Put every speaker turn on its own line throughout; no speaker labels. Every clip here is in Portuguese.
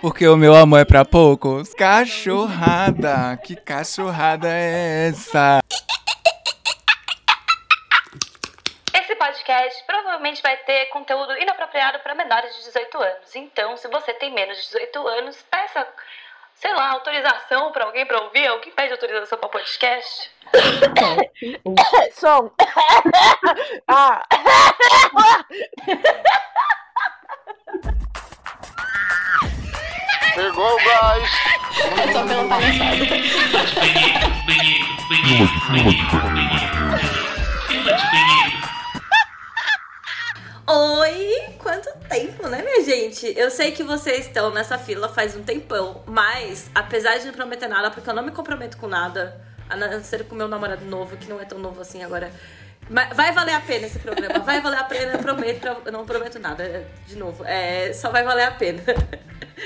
Porque o meu amor é pra poucos. Cachorrada! Que cachorrada é essa?
Esse podcast provavelmente vai ter conteúdo inapropriado para menores de 18 anos. Então, se você tem menos de 18 anos, peça, sei lá, autorização para alguém para ouvir. Alguém pede autorização para podcast?
Som. ah.
Pegou o gás.
Oi, quanto tempo, né, minha gente? Eu sei que vocês estão nessa fila faz um tempão, mas apesar de não prometer nada, porque eu não me comprometo com nada, a não ser com meu namorado novo, que não é tão novo assim agora. Mas vai valer a pena esse programa, vai valer a pena, eu prometo, eu não prometo nada de novo, é, só vai valer a pena.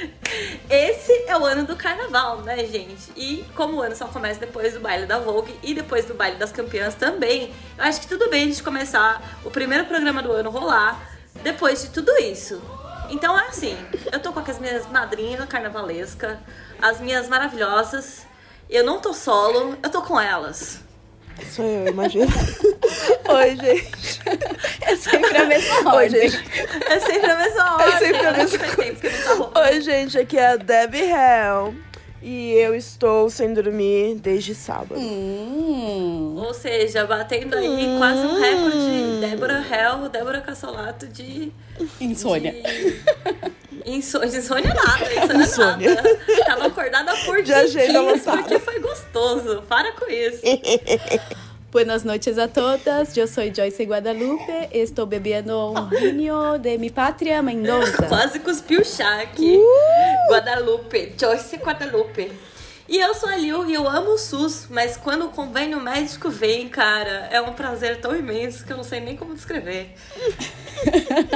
Esse é o ano do carnaval, né, gente? E como o ano só começa depois do baile da Vogue e depois do baile das campeãs também, eu acho que tudo bem a gente começar o primeiro programa do ano rolar depois de tudo isso. Então é assim, eu tô com as minhas madrinhas carnavalesca, as minhas maravilhosas. Eu não tô solo, eu tô com elas.
Sou É, eu, imagina. Oi, gente. É sempre a mesma Oi, gente.
É sempre a mesma hora.
É sempre a mesma
Faz tempo que não tá rolando.
Oi, gente. Aqui é a Debbie Hell. E eu estou sem dormir desde sábado.
Ou seja, batendo aí quase um
Hum.
recorde. Débora Hell, Débora Cassolato de.
Insônia.
de- Inso... de Insônia nada, insônia,
Insônia.
nada. Tava acordada por
Já
dias
achei da vontade.
porque foi gostoso. Para com isso.
Buenas noites a todas. Eu sou Joyce Guadalupe. Estou bebendo um vinho de mi patria Mendoza.
Quase cuspiu o chá aqui.
Uh!
Guadalupe, Joyce Guadalupe. E eu sou a Liu e eu amo o SUS, mas quando o convênio médico vem, cara, é um prazer tão imenso que eu não sei nem como descrever.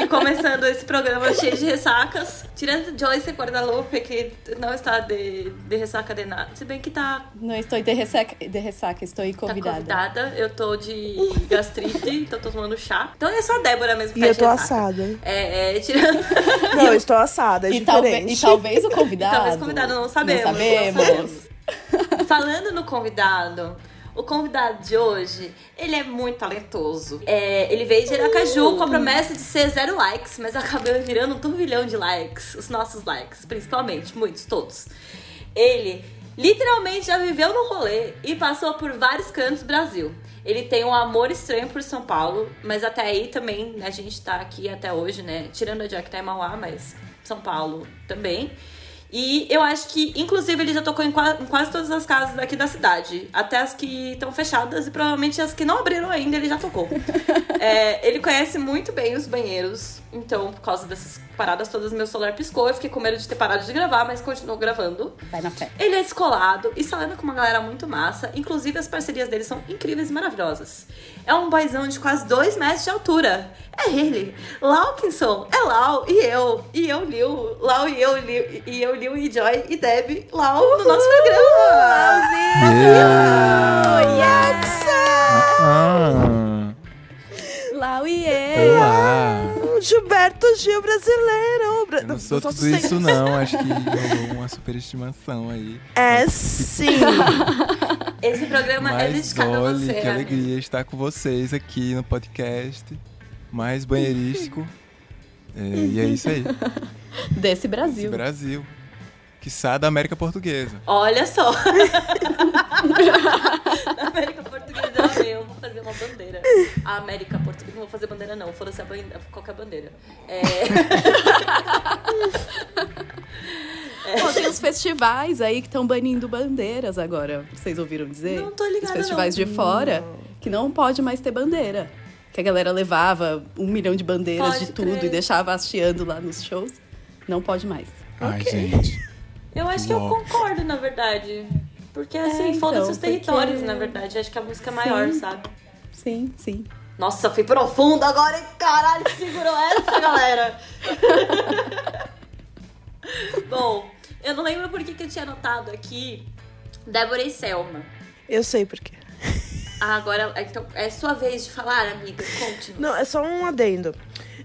e começando esse programa cheio de ressacas, tirando Joyce Guadalupe, que não está de, de ressaca de nada, se bem que tá
Não estou de ressaca, de ressaca estou
Tá
convidada.
convidada. Eu tô de gastrite, então tô tomando chá. Então é só a Débora mesmo que
E
tá
eu
de
tô
ressaca.
assada.
É, é, tirando...
Não, eu estou assada, é
e, talvez,
diferente.
e talvez o convidado.
E talvez o Então, convidado, não sabemos,
Não sabemos.
não Falando no convidado, o convidado de hoje, ele é muito talentoso. É, ele veio de Aracaju
Hum.
com a promessa de ser zero likes, mas acabou virando um turbilhão de likes. Os nossos likes, principalmente, muitos, todos. Ele literalmente já viveu no rolê e passou por vários cantos do Brasil. Ele tem um amor estranho por São Paulo, mas até aí também a gente tá aqui até hoje, né? Tirando a Jack tá em Mauá, mas São Paulo também. E eu acho que, inclusive, ele já tocou em, qua- em quase todas as casas daqui da cidade. Até as que estão fechadas e provavelmente as que não abriram ainda, ele já tocou. É, ele conhece muito bem os banheiros. Então, por causa dessas paradas todas, meu celular piscou. Eu fiquei com medo de ter parado de gravar, mas continuou gravando.
Vai na fé.
Ele é descolado e salando com uma galera muito massa. Inclusive, as parcerias dele são incríveis e maravilhosas. É um boizão de quase dois metros de altura. É ele. Lawkinson é Lau e eu. E eu, Liu. Lau e eu, Liu. E eu, Liu e Joy e Deb. Lau no nosso programa.
Ah,
Lau e eu.
olá.
Um Gilberto Gil brasileiro. Bra-
Eu não sou
só
tudo
sustento.
isso não, acho que rolou uma superestimação aí.
É sim.
Esse programa é
Mas
dedicado a
olha,
você.
que
amigo.
alegria estar com vocês aqui no podcast mais banheirístico. É, e é isso aí,
Desse
esse
Brasil.
Brasil. Quiçá da América Portuguesa.
Olha só. Na América Portuguesa eu vou fazer uma bandeira. A América Portuguesa. Não vou fazer bandeira, não. Foda-se a bandeira, qualquer bandeira. É,
Pô, tem os festivais aí que estão banindo bandeiras agora. Vocês ouviram dizer?
Não tô ligada,
Os festivais de fora que não pode mais ter bandeira. Que a galera levava um milhão de bandeiras
Pode
de tudo
crer.
e deixava hasteando lá nos shows. Não pode mais.
Ai, gente.
eu acho que eu
Uau.
concordo, na verdade. Porque assim,
então,
foda-se os
porque-
territórios, na verdade. Acho que a música é maior,
Sim.
sabe?
Sim, sim.
Nossa, fui profundo agora, hein? Caralho, segurou essa, galera. Bom, eu não lembro por que, que eu tinha anotado aqui Débora e Selma.
Eu sei por quê.
Ah, agora então, é sua vez de falar, amiga. Conte-nos.
Não, é só um adendo.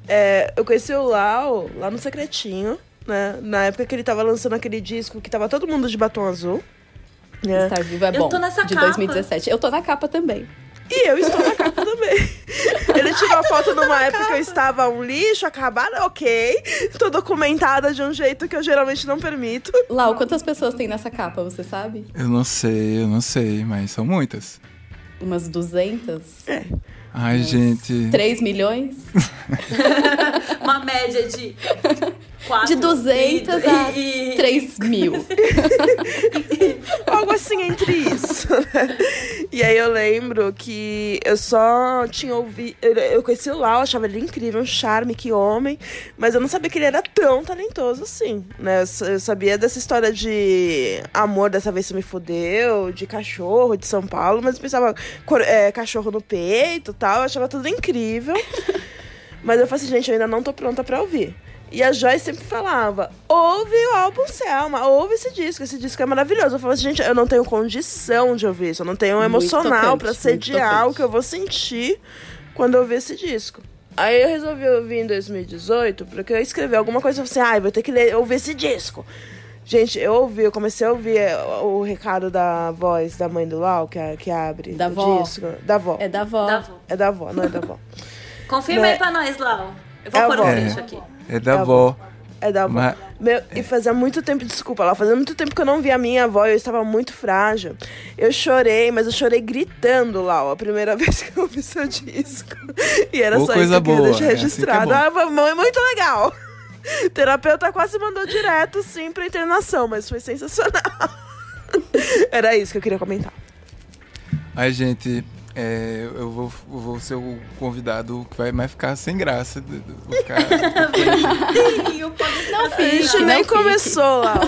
É, eu conheci o Lau lá no Secretinho.
né? Na época que ele tava lançando aquele disco que tava todo mundo de batom azul. Né?
Estar vivo é
Eu
bom.
tô nessa
de
capa.
2017. Eu tô na capa também.
E eu estou na capa também. Ele tirou a foto numa época que eu estava um lixo, acabada, ok. Tô documentada de um jeito que eu geralmente não permito.
Lau, quantas pessoas tem nessa capa, você sabe?
Eu não sei, eu não sei, mas são muitas.
Umas 200?
Ai, gente.
3 milhões?
Uma média de. quatro
De 200 a
e- e-
3 mil.
Algo assim entre isso, né? E aí eu lembro que eu só tinha ouvido. Eu, eu conheci o Lau, achava ele incrível, um charme, que homem. Mas eu não sabia que ele era tão talentoso assim, né? Eu, s- eu sabia dessa história de amor, dessa vez você me fudeu, de cachorro, de São Paulo, mas eu pensava, cor- é, cachorro no peito e tal, eu achava tudo incrível. Mas eu falei assim, gente, eu ainda não tô pronta pra ouvir. E a Joyce sempre falava: ouve o álbum Selma, ouve esse disco, esse disco é maravilhoso. Eu falava assim, gente, eu não tenho condição de ouvir isso, eu não tenho um
Muito
emocional
tocante,
pra
muito
sediar o
tocante.
que eu vou sentir quando eu ouvir esse disco. Aí eu resolvi ouvir em 2018, porque eu escrevi alguma coisa e falei assim: ai, vou ter que ler, ouvir esse disco. Gente, eu ouvi, eu comecei a ouvir é, o recado da voz da mãe do Lau, que, a- que abre
Da
o
vó.
disco. Da vó.
É da vó.
da avó.
É da vó, não é da vó.
tá Confirma
Né?
aí pra nós, Lau. Eu vou
É a
pôr um
avó.
trecho aqui.
É da
Tá
avó.
É da avó.
Mas- É.
Meu, e fazia muito tempo, desculpa lá, fazia muito tempo que eu não via a minha avó, eu estava muito frágil. Eu chorei, mas eu chorei gritando lá, ó, a primeira vez que eu ouvi seu disco. E era
Ô,
só
coisa
isso que eu queria
boa,
deixar
é assim que é
registrado.
bom.
ah, mamãe, muito legal. Terapeuta quase mandou direto, sim, pra internação, mas foi sensacional. Era isso que eu queria comentar.
Ai, gente, é, eu, vou, eu vou ser o convidado que vai mais ficar sem graça. do- do- Vou ficar,
Eu posso-
A gente
não
nem
fique.
é
começou lá.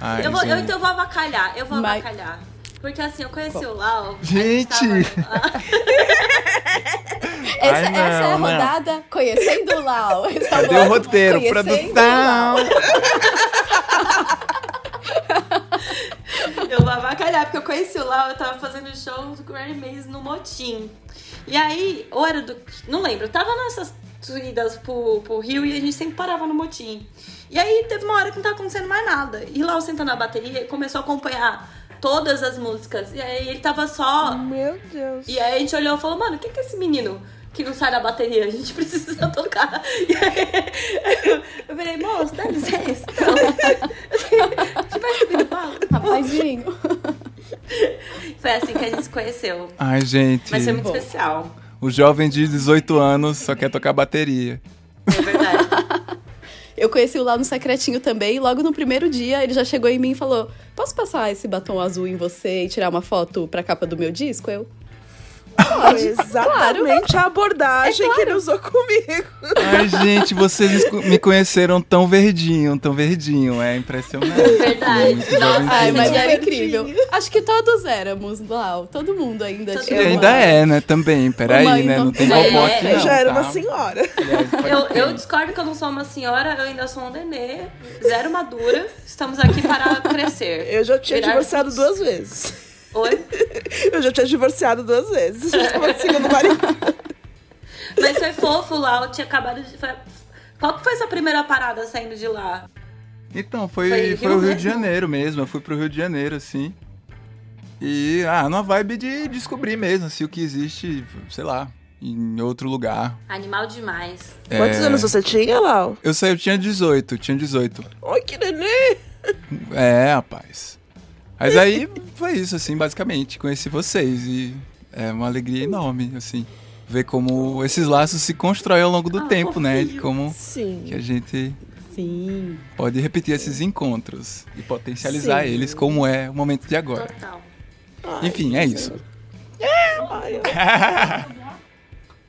ai,
Eu, vou, eu
gente.
então vou avacalhar, eu vou
Mas-
avacalhar. Porque assim, eu conheci o Lau.
Gente!
a gente tava-
Essa,
Ai, não,
essa é
não.
a rodada Conhecendo o Lau. Esse é o
Cadê o
bloco
roteiro?
Conhecendo o Lau.
Produção!
Eu vou avacalhar, porque eu conheci o Lau, eu tava fazendo show do Granny Maze no Motim. E aí, ou era do. Não lembro, eu tava nessas idas pro, pro Rio e a gente sempre parava no Motim. E aí teve uma hora que não tava acontecendo mais nada. E Lau sentou na bateria e começou a acompanhar todas as músicas. E aí ele tava só.
Meu Deus.
E aí a gente olhou e falou, mano, o que que é esse menino que não sai da bateria? A gente precisa tocar. E aí, eu falei, moço, dá licença. A gente vai subir no palco.
Rapazinho.
Foi assim que a gente se conheceu.
Ai, gente,
Mas foi muito
Bom.
especial.
o jovem de 18 anos só quer tocar bateria.
É verdade.
Eu conheci o Lau no Secretinho também. E logo no primeiro dia, ele já chegou em mim e falou: Posso passar esse batom azul em você e tirar uma foto pra capa do meu disco? Eu.
Foi exatamente a abordagem que ele usou comigo.
Ai, gente, vocês esco- me conheceram tão verdinho, tão verdinho. É impressionante.
Verdade.
Muito jovem
Ai,
de-
"Ah, mas
Sim.
era
Divertinho.
incrível. Acho que todos éramos, Lau. Todo mundo ainda
Todo
tinha.
E
mundo.
uma-
ainda é, né? Também.
Uma
Peraí, né? Não tem
ino-
vovó
É,
aqui,
Eu
não,
já era
tá?
uma senhora.
Aliás, pode
Eu,
ter.
eu discordo que eu não sou uma senhora, eu ainda sou um nenê, zero madura. Estamos aqui para crescer.
Eu já tinha
Virar
divorciado
adultos.
duas vezes.
Oi?
Eu já tinha divorciado duas vezes. assim, Já estava no segundo marido.
Mas foi fofo lá, eu tinha acabado de. foi- Qual que foi sua primeira parada saindo de lá?
Então, foi,
Foi
foi,
Rio
o Rio
mesmo?
de Janeiro mesmo. Eu fui pro Rio de Janeiro, assim. E, ah, na vibe de descobrir mesmo, se o que existe, sei lá, em outro lugar.
Animal demais.
É.
Quantos anos você tinha, Lau?
Eu sei, eu tinha 18, tinha 18.
Ai, que nenê!
É, rapaz. Mas aí foi isso, assim, basicamente. Conheci vocês e é uma alegria enorme, assim. Ver como esses laços se constroem ao longo do
Ah,
tempo, né?
fofinho.
E como que
Sim.
a gente
Sim.
pode repetir esses encontros e potencializar
Sim.
eles como é o momento de agora.
Total.
Ai,
Enfim, é isso.
ai,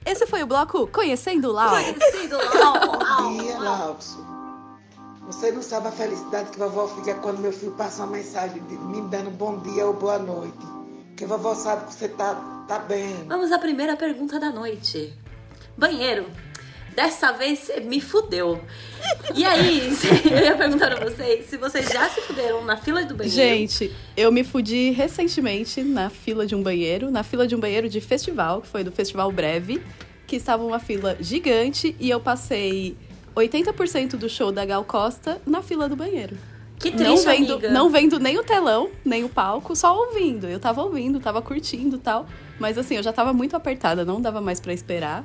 Esse foi o bloco Conhecendo o Lau.
Conhecido lá,
Bom dia, Laudson. Você não sabe a felicidade que vovó fica quando meu filho passa uma mensagem de- me dando bom dia ou boa noite. Que vovó sabe que você tá, tá bem.
Vamos à primeira pergunta da noite. Banheiro. Dessa vez você me fudeu. E aí, eu ia perguntar pra vocês se vocês já se fuderam na fila do banheiro.
Gente, eu me fudi recentemente na fila de um banheiro, na fila de um banheiro de festival, que foi do Festival Breve, que estava uma fila gigante e eu passei 80% do show da Gal Costa na fila do banheiro.
Que triste,
não vendo,
amiga.
não vendo nem o telão, nem o palco, só ouvindo. Eu tava ouvindo, tava curtindo e tal. Mas assim, eu já tava muito apertada, não dava mais pra esperar.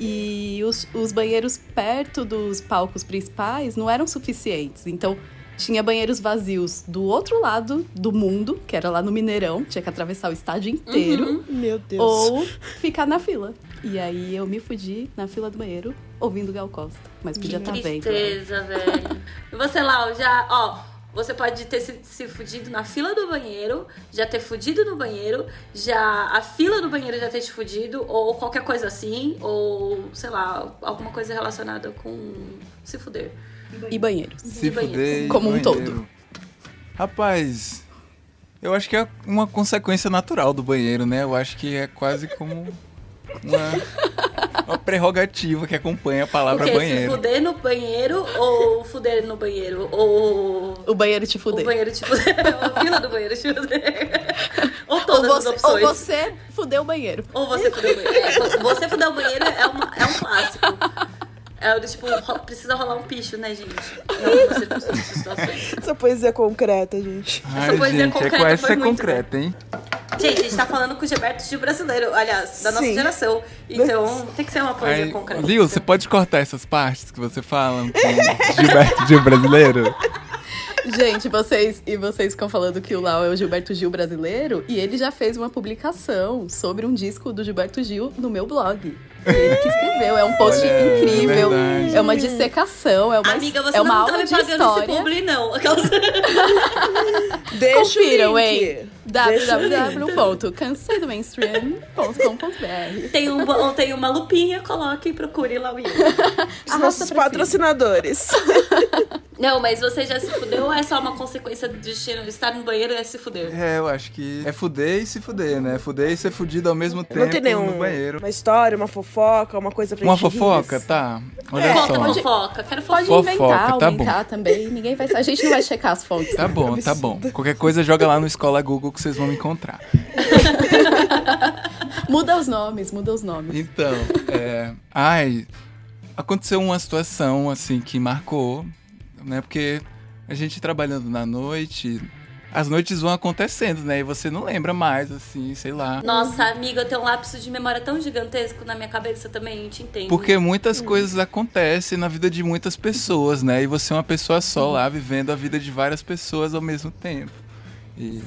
E os, os banheiros perto dos palcos principais não eram suficientes. Então, tinha banheiros vazios do outro lado do mundo, que era lá no Mineirão, tinha que atravessar o estádio inteiro.
Uhum.
Meu Deus.
Ou ficar na fila. E aí eu me fudi na fila do banheiro, ouvindo Gal Costa. Mas podia estar bem.
Tristeza, velho. E Você lá, já, ó, você pode ter se, se fudido na fila do banheiro, já ter fudido no banheiro, já a fila do banheiro já ter te fudido, ou qualquer coisa assim, ou sei lá, alguma coisa relacionada com se fuder.
E banheiros.
Se
E banheiro.
fuder. e
Como um todo.
banheiro. Rapaz, eu acho que é uma consequência natural do banheiro, né? Eu acho que é quase como uma, uma prerrogativa que acompanha a
o
palavra
quê? Se
banheiro.
fuder no banheiro, ou fuder no banheiro, ou.
O banheiro te
O
fuder.
banheiro te fuder, ou a fila do banheiro te fuder. Ou
Ou
todas
você,
as
ou
opções.
você fudeu o banheiro.
Ou você fudeu o banheiro. É, você fudeu o banheiro é, uma- é um clássico. É o do tipo, ro- precisa rolar um picho, né, gente? Não, você precisa de situações.
Essa poesia concreta, gente.
Ai,
poesia
gente, é
concreta
quase
foi
ser
muito
concreta, hein?
Gente, a gente tá falando com o Gilberto de brasileiro, aliás, da nossa
Sim.
geração. Então tem que ser uma coisa
Aí,
concreta.
Lil, você pode cortar essas partes que você fala com Gilberto Gil brasileiro?
Gente, vocês e vocês ficam falando que o Lau é o Gilberto Gil brasileiro e ele já fez uma publicação sobre um disco do Gilberto Gil no meu blog. Ele que escreveu, é um post
Olha, é
incrível,
verdade.
é uma dissecação, é uma,
Amiga, você
é uma
não tá
aula
me
de
pagando esse
história.
publi, não. Aquelas-
Deixa
Confiram,
o link.
hein?
Deixa o link.
www.canseidomainstream.com.br
tem, um, tem uma lupinha, coloque e procure lá o Igor.
Os nossos patrocinadores.
Não, mas você já se fudeu ou é só uma consequência do destino? Estar no banheiro é se fuder.
É, eu acho que é fuder e se fuder, né? Fuder e ser fudido ao mesmo tempo
Não tem nenhum.
no banheiro.
Uma história, uma fofoca, uma coisa pra
Uma
gente rir.
fofoca, tá? Olha
Conta
só.
fofoca, quero fofoca.
É. Pode
Fofoca,
inventar,
tá
aumentar também. Ninguém vai. A gente não vai checar as fontes.
Tá bom, tá bom. Qualquer coisa, joga lá no Escola Google que vocês vão me encontrar.
Muda os nomes, muda os nomes.
Então, é, ai, aconteceu uma situação assim que marcou, né? Porque a gente trabalhando na noite, as noites vão acontecendo, né? E você não lembra mais, assim, sei lá.
Nossa, amiga, eu tenho um lapso de memória tão gigantesco na minha cabeça também, eu te entendo.
Porque muitas coisas acontecem na vida de muitas pessoas, né? E você é uma pessoa só lá, vivendo a vida de várias pessoas ao mesmo tempo. E,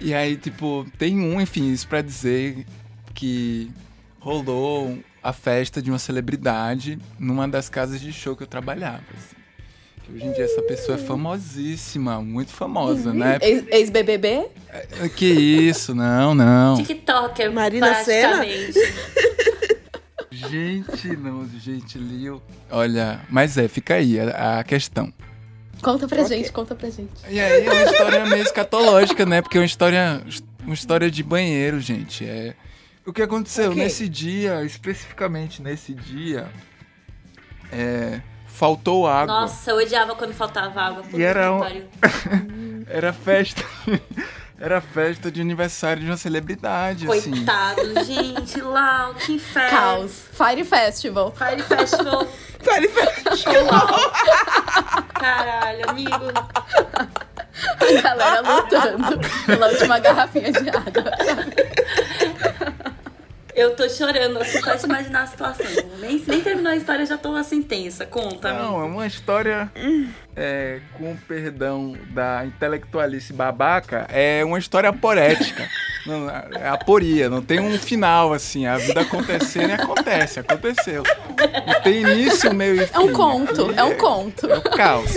e aí, tipo, tem um, enfim, isso pra dizer que rolou a festa de uma celebridade numa das casas de show que eu trabalhava. assim. Que Hoje em dia essa pessoa é famosíssima, muito famosa, né?
Ex- Ex-BBB?
Que isso, não, não.
TikToker,
Marina
praticamente.
Gente, não, gente, Lil. Olha, mas é, fica aí a- a questão.
Conta pra gente, conta pra gente.
E aí é uma história meio escatológica, né? Porque é uma história, uma história de banheiro, gente. É... O que aconteceu
Ok.
nesse dia, especificamente nesse dia, é, faltou água.
Nossa, eu odiava quando faltava água. puta
E era
que
um-
pariu.
Era festa. Era festa de aniversário de uma celebridade, assim.
Coitado, gente, Lau, que inferno.
Caos. Fire Festival.
Fire Festival,
Fale, fale.
show Lau. Caralho, amigo.
A galera lutando pela última garrafinha de água.
Eu tô chorando, assim, só de imaginar a situação. Nem, nem terminou a história, já tô assim tensa. Conta,
Não, é uma história, é, com perdão da intelectualice babaca, é uma história aporética. Não, é aporia, não tem um final, assim. A vida acontecendo e acontece, aconteceu. Não tem início, meio e fim.
É um conto,
Aqui
é um conto.
É o caos.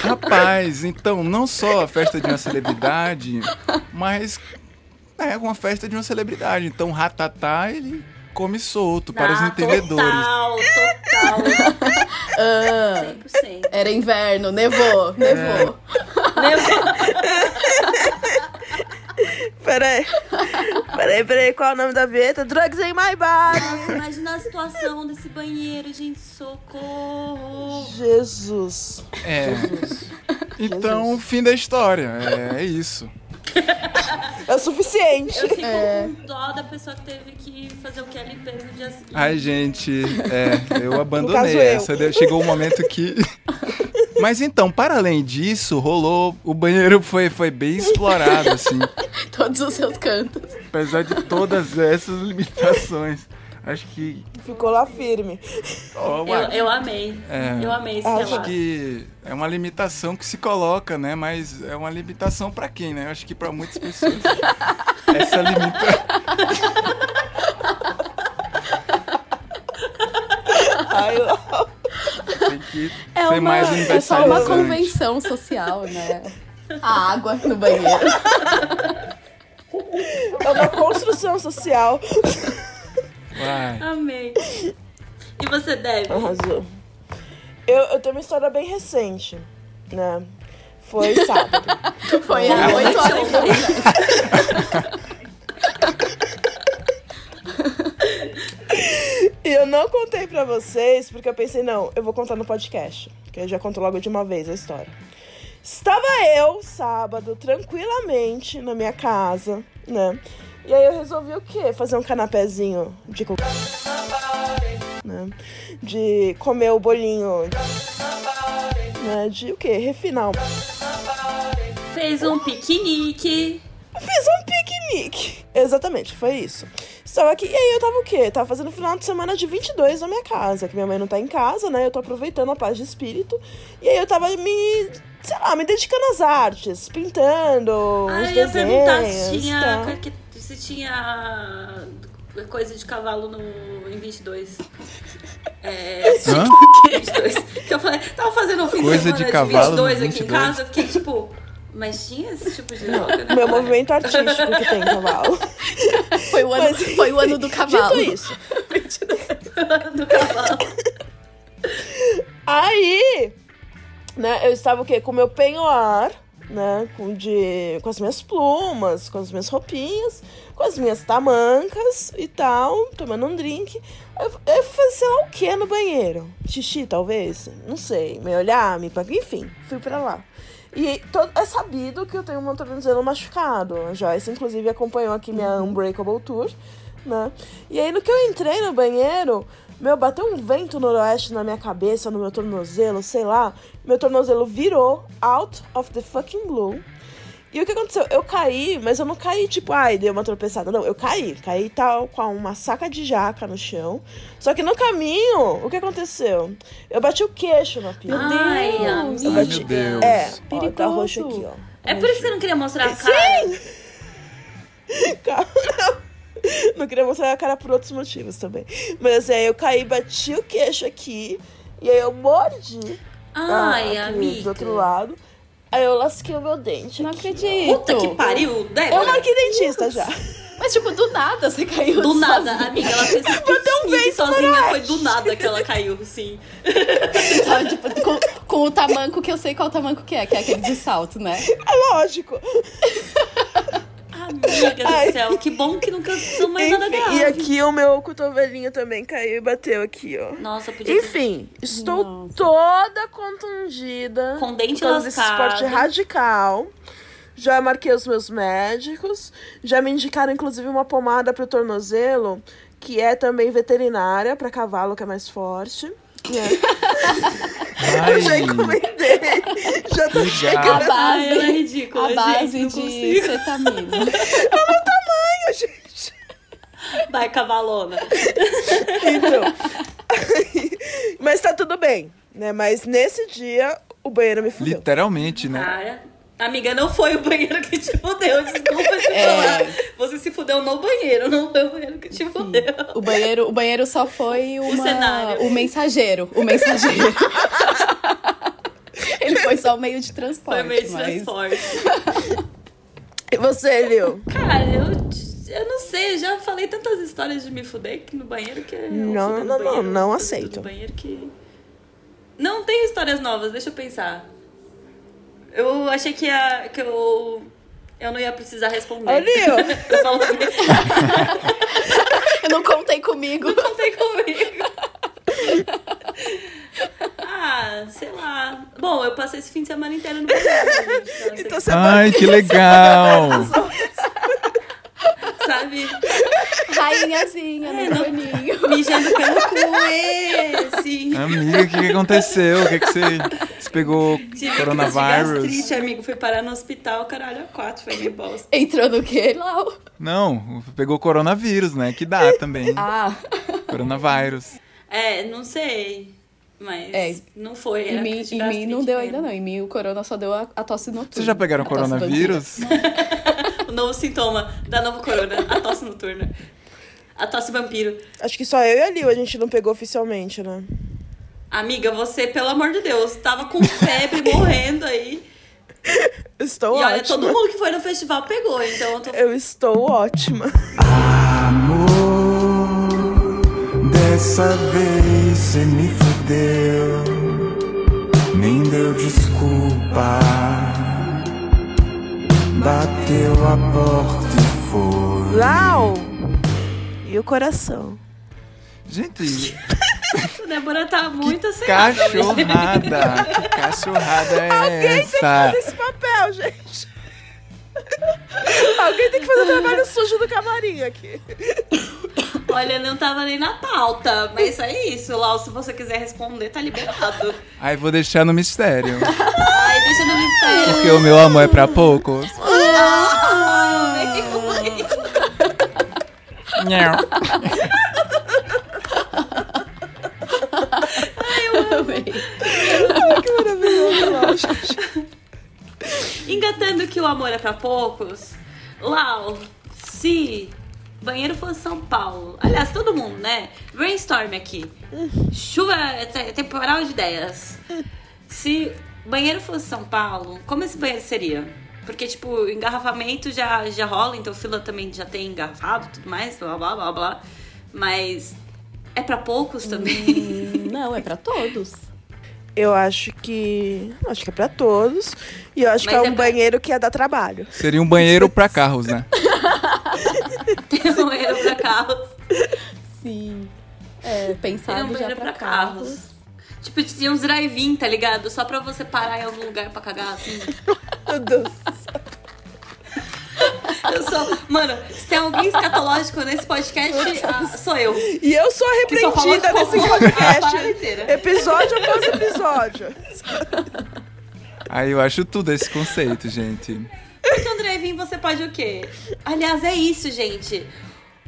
Rapaz, então, não só a festa de uma celebridade, mas é uma festa de uma celebridade. Então, o ratatá, ele come solto para os
Ah,
entendedores.
Total, total.
Ah,
100%.
era inverno, nevou, nevou.
Peraí. Peraí, peraí. Qual é o nome da vinheta? Drugs in my body.
Nossa, imagina a situação desse banheiro, gente, socorro.
Jesus.
É. Então, fim da história. É, é isso.
É o suficiente.
Eu fico
É.
com dó da pessoa que teve que fazer o QLP no dia seguinte.
Ai, gente, é, eu abandonei
caso, eu.
essa. deu- Chegou um momento que. Mas então, para além disso, rolou. O banheiro foi, foi bem explorado, assim.
Todos os seus cantos.
Apesar de todas essas limitações. Acho que.
Ficou lá firme.
ó,
eu,
ué,
eu amei.
É.
Eu amei esse
Acho
acho
relato.
que é uma limitação que se coloca, né? Mas é uma limitação para quem, né? Eu acho que para muitas pessoas. Essa limita...
Ai, eu...
tem que
É,
ser
uma,
mais
é só uma
universalizante.
convenção social, né? A água no banheiro.
É uma construção social.
Vai.
Amei. E você deve?
Arrasou. Eu, eu tenho uma história bem recente, né? Foi sábado.
Foi há oito horas da manhã.
e eu não contei pra vocês, porque eu pensei, não, eu vou contar no podcast. Que eu já conto logo de uma vez a história. Estava eu, sábado, tranquilamente na minha casa, né? E aí eu resolvi o quê? Fazer um canapézinho de co- né? De comer o bolinho. Né? De o quê? Refinar um
Fez um piquenique.
Fiz um piquenique. Exatamente, foi isso. Estava aqui, e aí eu tava o quê? Tava fazendo final de semana de 22 na minha casa, que minha mãe não tá em casa, né? Eu tô aproveitando a paz de espírito. E aí eu tava me, sei lá, me dedicando às artes, pintando,
Ah,
os
eu ia perguntar
desenhos.
se
tá?
tinha, se tinha coisa de cavalo no, em 22. É,
Hã?
22. Que eu falei, tava fazendo um fim
Coisa
de
de
semana de,
cavalo no
22 aqui em
22.
casa, eu fiquei tipo, mas tinha esse tipo de droga? né?
Meu movimento artístico que tem cavalo.
Foi o ano,
Mas-
foi o ano do cavalo.
Dito isso.
Do cavalo.
Aí, né, eu estava o quê? Com meu penhoar, né, com, de, com as minhas plumas, com as minhas roupinhas, com as minhas tamancas e tal, tomando um drink. Eu, eu fui fazer sei lá o que no banheiro? Xixi, talvez? Não sei. Me olhar, me... pa- Enfim, fui pra lá. E to- é sabido que eu tenho um tornozelo machucado. A Joyce, inclusive, acompanhou aqui minha Unbreakable Tour, né? E aí, no que eu entrei no banheiro, meu, bateu um vento noroeste na minha cabeça, no meu tornozelo, sei lá. Meu tornozelo virou out of the fucking blue. E o que aconteceu? Eu caí, mas eu não caí tipo, ai, dei uma tropeçada. Não, eu caí. Caí tal, com uma saca de jaca no chão. Só que no caminho, o que aconteceu? Eu bati o queixo na pia.
Ai,
Ai,
amiga.
meu Deus.
É, ó, tá
Perigoso.
roxo aqui, ó.
É por isso que eu não queria mostrar a cara.
Calma, não. Não queria mostrar a cara por outros motivos também. Mas assim, aí eu caí, bati o queixo aqui. E aí eu mordi. tá,
Ai,
aqui Do
amiga.
outro lado. Aí eu lasquei o meu dente.
Não
aqui.
acredito.
Puta
Então,
que pariu,
Eu
Débora.
marquei dentista já.
Mas, tipo, do nada você caiu
Do nada,
sozinha.
amiga, ela fez um piquenique sozinha, foi do nada que ela caiu, sim.
Então, tipo, com, com o tamanco que eu sei qual tamanco que é, que é aquele de salto, né?
É lógico.
Amiga
Ai.
do céu, que bom que nunca são mais nada
Enfim,
grave.
e aqui o meu cotovelinho também caiu e bateu aqui, ó.
Nossa, podia ter...
Enfim, estou
Nossa.
toda contundida.
Com dente
todo esse
lascado.
esporte radical. Já marquei os meus médicos. Já me indicaram, inclusive, uma pomada pro tornozelo, que é também veterinária, pra cavalo, que é mais forte.
Hum.
né?
Ai,
Eu já encomendei. Já tô
legal.
A
Ai, ela é
base,
ridícula,
assim, a base
gente, não
de
consigo.
cetamina.
chegando, gente.
Vai, cavalona.
Então. Mas tá tudo bem, né? Mas nesse dia, o banheiro me fudeu.
Literalmente, né?
Cara, amiga, não foi o banheiro que te fudeu, desculpa te falar. Você se fudeu no banheiro, não foi o banheiro que te fudeu.
O banheiro, o banheiro só foi uma-
cenário.
o mensageiro. O mensageiro. Ele foi só o meio de transporte.
Foi meio de
mas...
transporte.
E você, Lil?
Cara, eu... te- Eu não sei, eu já falei tantas histórias de me fuder que no banheiro que...
Não,
eu fudei no
não, não,
banheiro,
não
eu fudei
aceito.
No banheiro que... Não tem histórias novas, deixa eu pensar. Eu achei que, ia, que eu, eu não ia precisar responder.
Ô, Lil!
eu falei,
Eu não contei comigo.
Não tem comigo. ah, sei lá. Bom, eu passei esse fim de semana inteiro no banheiro. gente, então,
Então você
sei-
Ai, que legal!
Então
sabe?
Rainhazinha
É,
no paninho.
Mijando pelo cu, esse.
Amiga, o que, que aconteceu? O que, que você. Você pegou
Tive crise de
coronavírus?
gastrite, amigo. Fui parar no hospital, caralho, a quatro. Foi meio bosta.
Entrou no quê, Lau?
Não, pegou coronavírus, né? Que dá também.
Ah,
Coronavírus.
É, não sei. Mas
É.
não foi.
em
era
mim,
de
em mim não deu
gastrite mesmo.
ainda não. Em mim o corona só deu a, a tosse noturna.
Vocês já pegaram
A tosse
coronavírus?
né?
O novo sintoma da nova corona, a tosse noturna. A tosse vampiro.
Acho que só eu e a Liu a gente não pegou oficialmente, né?
Amiga, você, pelo amor de Deus, tava com febre, morrendo aí.
Estou
e olha,
ótima.
todo mundo que foi no festival pegou, então eu tô...
Eu estou ótima.
Amor, dessa vez você me fudeu, nem deu desculpa. Bateu a porta e foi.
Lau! E o coração?
Gente,
A Débora tá muito assim.
cachorrada! Que cachorrada é essa?
Esse papel, gente! Alguém tem que fazer o trabalho sujo do camarim aqui.
Olha, não tava nem na pauta, mas é isso, Lau. Se você quiser responder, tá liberado.
Aí vou deixar no mistério.
Ai, deixa no mistério.
Porque o meu amor é pra poucos.
Ah.
Não.
Engatando que o amor é pra poucos, Lau, se banheiro fosse São Paulo, aliás, todo mundo, né? Brainstorm aqui. Chuva é te- temporal de ideias. Se banheiro fosse São Paulo, como esse banheiro seria? Porque, tipo, engarrafamento já, já rola, então fila também já tem engarrafado e tudo mais, blá blá blá blá. Mas é pra poucos também.
Hum, Não, é pra todos.
Eu acho que. Acho que é pra todos. E eu acho
Mas
que é
é
um
pra-
banheiro que ia dar trabalho.
Seria um banheiro pra carros, né?
Tem um banheiro pra carros.
Sim. É,
Seria um
pensado já
banheiro
pra
pra
carros.
carros. Tipo, tinha uns drive-in, tá ligado? Só pra você parar em algum lugar pra cagar, assim.
Meu Deus.
Eu sou... Mano, se tem alguém escatológico nesse podcast, ah, sou eu.
E eu sou
Que só falo de
arrependida
cocô
nesse
a
podcast.
parada inteira.
Episódio após episódio.
Aí eu acho tudo esse conceito, gente.
Porque um drive-in você pode o quê? Aliás, é isso, gente.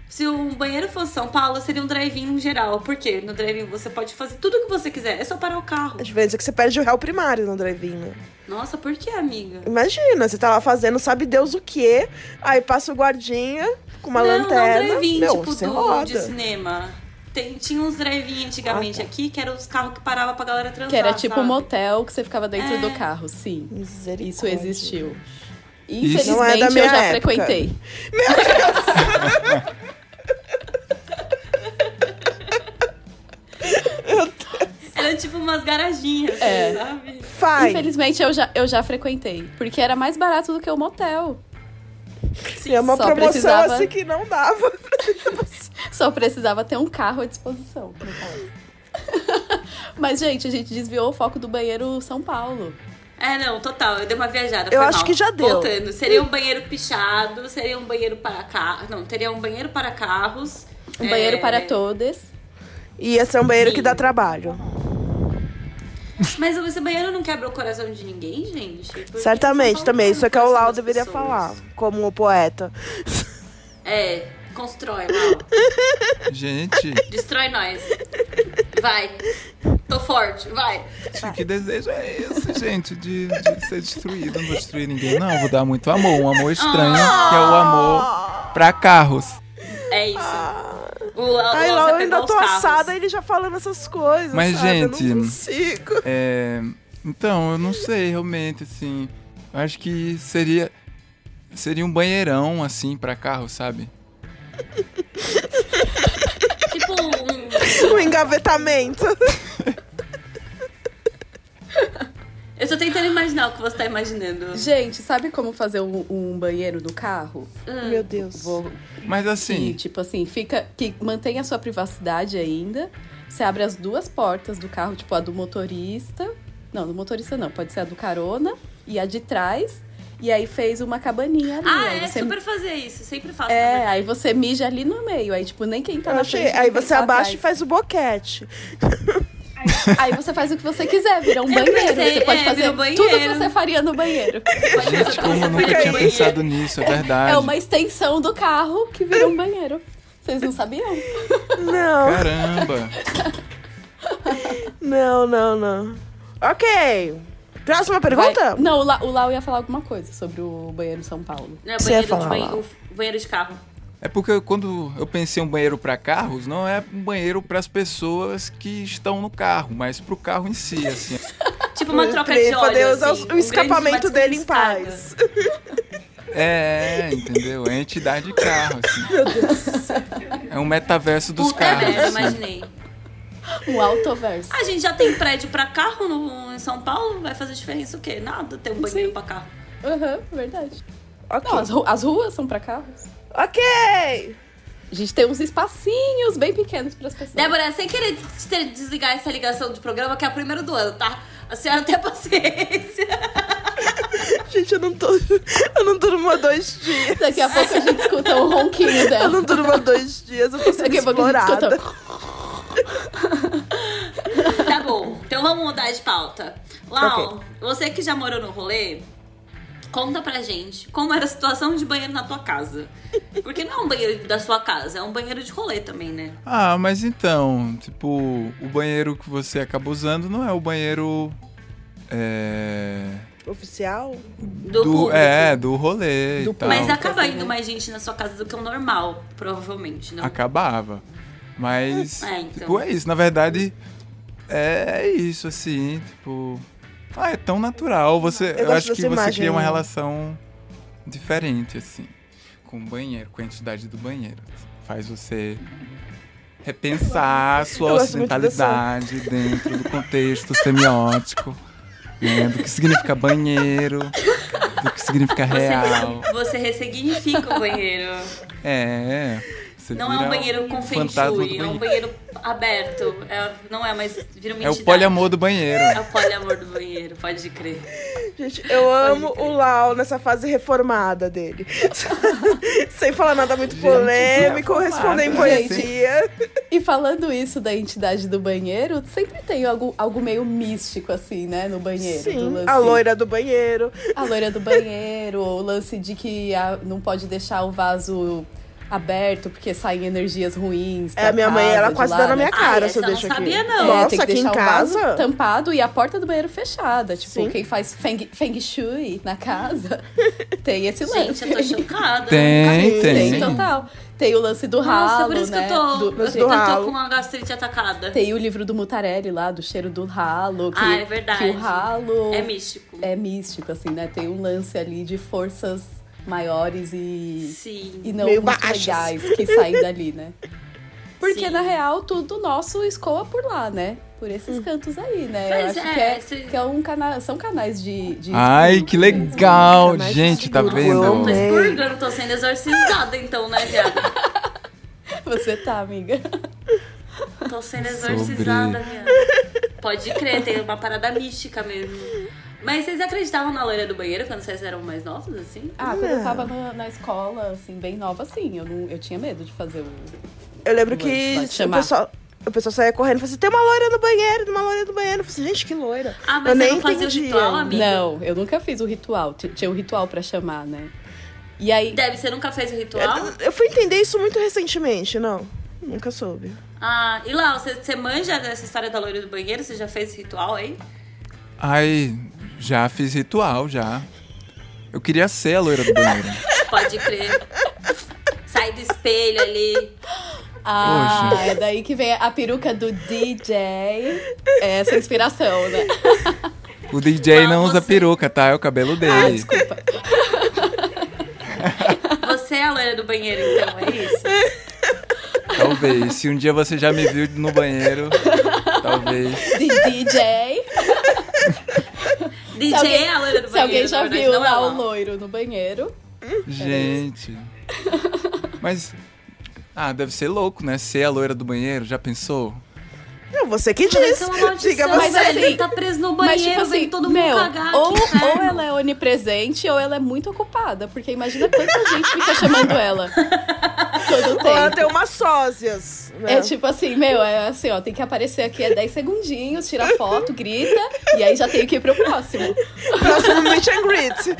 Se um banheiro fosse São Paulo, seria um drive-in em geral. Por quê? No drive-in você pode fazer tudo o que você quiser. É só parar o carro.
A diferença é que você perde o réu primário no drive-in, né?
Nossa, por que, amiga?
Imagina, você tá lá fazendo sabe Deus o quê, aí passa o guardinha com uma
não,
lanterna.
Não, drive-in,
meu,
tipo,
você
do,
roda.
de cinema. Tem- tinha uns drive-in antigamente aqui, que eram os carros que paravam pra galera transar,
Que era tipo um
sabe?
motel que você ficava dentro
É.
do carro, sim.
Misericórdia.
Isso existiu.
Isso-
Não é da
Infelizmente,
minha
eu já
época.
frequentei.
Era tipo umas garaginhas,
É.
sabe?
Fine.
Infelizmente, eu já, eu já frequentei. Porque era mais barato do que o motel.
é uma
só
promoção
precisava-
assim que não dava.
Só precisava ter um carro à disposição. no caso. Mas, gente, a gente desviou o foco do banheiro São Paulo.
É, não, total, eu dei uma viajada.
Eu
foi
acho
mal.
que já deu.
Voltando, seria um banheiro pichado, seria um banheiro para carros. Não, teria um banheiro para carros.
Um
é,
banheiro para todos.
E esse é um banheiro que
Sim.
dá trabalho.
Mas esse banheiro não quebra o coração de ninguém, gente? Porque São
Certamente
Paulo
também.
não
Isso é que o
coração
Lau
das
deveria
pessoas.
falar, como poeta.
É, constrói, Lau.
Gente,
Destrói nós. Vai. Tô forte, vai.
que desejo é esse, gente? De, de ser destruído. Não vou destruir ninguém, não. Vou dar muito amor. Um amor estranho, que é o
Ah,
amor pra carros.
É isso. O Lau,
Ai, Lau, eu
o Lau já pegou
ainda
os
tô
carros.
assada ele já falando essas coisas.
Mas,
sabe?
gente,
Eu não consigo.
É, então, eu não sei realmente, assim. Eu acho que seria. Seria um banheirão, assim, pra carro, sabe?
Tipo um...
Um engavetamento.
Eu tô tentando imaginar o que você tá imaginando.
Gente, sabe como fazer um, um banheiro no carro?
Ah, Meu Deus.
Vou-
Mas
E,
assim,
tipo assim, fica. Que mantém a sua privacidade ainda. Você abre as duas portas do carro, tipo a do motorista. Não, do motorista não, pode ser a do carona e a de trás. E aí fez uma cabaninha ali.
Ah,
aí
é,
você-
super fazer isso. Sempre faço. na
É,
verdade.
aí você mija ali no meio. Aí, tipo, nem quem tá
Eu
na
achei.
frente,
Aí
nem quem
você
tá
abaixa e
atrás.
faz o boquete.
Aí você faz o que você quiser, vira um banheiro.
pensei,
você pode
é,
fazer
vira um
tudo que
banheiro.
você faria no banheiro.
Pode fazer
Gente,
tudo
como eu
que você
nunca
faz
tinha
no banheiro.
pensado nisso, é verdade.
É uma extensão do carro que vira um banheiro. Vocês não sabiam?
Não,
Caramba!
não, não, não. Ok. Próxima pergunta?
Vai- Não, o, La, o Lau ia falar alguma coisa sobre o banheiro em São Paulo.
Não, é
Você ia
banheiro,
falar
de
lá.
banheiro, banheiro de carro.
É porque eu- quando eu pensei em um banheiro para carros, não é um banheiro para as pessoas que estão no carro, mas pro carro em si, assim.
Tipo uma troca
Pra ele
de óleo.
poder usar é o-
assim, um
o
grande
escapamento
bate-
dele em
escada.
paz.
É, entendeu? É a entidade de carro, assim. É um metaverso dos
Puta
carros.
merda,
assim.
é, imaginei.
O autoverso.
A gente já tem prédio pra carro no, em São Paulo? Vai fazer diferença o quê? Nada, ter um banheiro pra carro.
Aham, verdade.
Ok.
Não, as, ru- as ruas são pra carros.
Ok.
A gente tem uns espacinhos bem pequenos pras pessoas.
Débora, sem querer des- ter- desligar essa ligação de programa, que é a primeira do ano, tá? A senhora tem paciência.
Gente, eu não tô. Eu não durmo há dois dias.
Daqui a pouco a gente escuta o ronquinho
Eu
dela.
não durmo há dois dias, eu tô sendo
Daqui a pouco a gente
explorada.
escuta. um-
Tá bom, então vamos mudar de pauta. Lau,
Ok.
você que já morou no rolê, conta pra gente como era a situação de banheiro na tua casa. Porque não é um banheiro da sua casa, é um banheiro de rolê também, né?
Ah, mas então, tipo, o banheiro que você acaba usando não é o banheiro. É.
Oficial?
Do, público.
é, do rolê e tal.
Mas acaba indo mais gente na sua casa do que o normal, provavelmente, não?
acabava. Mas,
É, então.
tipo, é isso. Na verdade, é isso, assim, tipo... Ah, é tão natural. Você, eu,
gosto
acho que
dessa
você
imagem.
cria uma relação diferente, assim, com o banheiro, com a entidade do banheiro. Faz você repensar a sua
Eu gosto muito dessa-
ocidentalidade dentro do contexto semiótico. né, do que significa banheiro, do que significa real.
Você, você ressignifica o banheiro.
É. você
Não é um
vira
banheiro com feng
fantasma do
shui, é um banheiro aberto. É- não é mais. Vira uma
É o
entidade.
poliamor do banheiro.
É o poliamor do banheiro, pode crer.
Gente, eu amo o Lau nessa fase reformada dele. Sem falar nada muito polêmico, responder em poesia.
E falando isso da entidade do banheiro, sempre tem algo, algo meio místico, assim, né? No banheiro. do
Sim,
lance-
a loira do banheiro.
a loira do banheiro, ou o lance de que a- não pode deixar o vaso aberto porque saem energias ruins.
É,
pra
minha mãe,
casa
ela
de
quase
lá,
dá na
né?
minha cara
Ah,
se eu
essa eu
deixo
não
aqui.
sabia, não.
É,
Nossa,
tem que
aqui em
deixar o vaso
casa.
tampado e a porta do banheiro fechada. Tipo,
Sim.
quem faz feng, feng shui na casa tem esse lance.
Gente, eu tô chocada.
Tem,
tem. Então tá.
tem.
total. Tem o lance do
Nossa,
ralo,
por isso
né?
que eu tô.
Do-
eu,
do
eu tô
ralo.
com uma gastrite atacada.
tem o livro do Mutarelli lá, do cheiro do ralo. Que,
Ah, é verdade.
Que o ralo
É místico.
é místico, assim, né? Tem um lance ali de forças maiores e,
Sim.
e não
Meio
muito
baixas.
legais que saem dali, né? Porque,
Sim.
na real, tudo nosso escoa por lá, né? Por esses cantos aí, né?
Pois
Eu acho
é,
que, é,
esse-
que é um cana são canais de, de
Ai,
escuta
que
mesmo.
legal,
Mas
gente, tá
seguro,
vendo?
Tô
amei.
expurgando, tô sendo exorcizada então, né, viado?
Você tá, amiga.
Tô sendo
Sobre-
exorcizada, viado. Pode crer, tem uma parada mística mesmo. Mas vocês acreditavam na loira do banheiro quando vocês eram mais novos, assim?
Ah, quando eu
Não.
tava na, na escola, assim, bem nova, assim, eu, não, eu tinha medo de fazer o...
Eu lembro
Vai-
que
vai
o
chamar.
pessoal, o pessoal saía correndo e falou assim: tem uma loira no banheiro, tem uma loira no banheiro. Eu falei, assim, gente, que loira.
Ah,
eu
mas você
nem
não fazia o
entendi
ritual,
ainda.
amiga?
Não, eu nunca fiz o ritual. T- Tinha o ritual pra chamar, né? E aí...
Deve, você nunca fez o ritual?
É, Eu, eu fui entender isso muito recentemente, não. Nunca soube.
Ah, e lá, você, você manja dessa história da loira do banheiro? Você já fez esse ritual aí?
Ai, já fiz ritual, já. Eu queria ser a loira do banheiro.
Pode crer. Sai do espelho ali.
Ah,
Poxa.
é daí que vem a peruca do DJ. É Essa inspiração, né?
O DJ não
Não,
usa
você-
peruca, tá? É o cabelo
Ah,
dele.
desculpa.
Você é a loira do banheiro, então, é isso?
Talvez. Se um dia você já me viu no banheiro, talvez.
DJ.
DJ
alguém-
é a loira do banheiro.
Se alguém
na
já
verdade,
viu
não é
lá o
Lau.
loiro no banheiro.
Gente. Mas. Ah, deve ser louco, né? Ser a loira do banheiro, já pensou?
Não, você que
Mas
diz.
isso é uma maldição,
Diga
mas
você.
assim,
assim,
tá preso no
Mas,
banheiro,
tipo assim,
vem todo mundo
meu,
cagar. né? que
ou, ou
né?
inferno.
ela é onipresente ou ela é muito ocupada. Porque imagina quanta gente fica chamando ela. Todo
Ou ela
tempo.
tem umas é sósias. Né?
É tipo assim, meu, é assim, ó, tem que aparecer aqui é 10 segundinhos, tira foto, grita, e aí já tem que ir pro próximo.
Próximo meet and greet.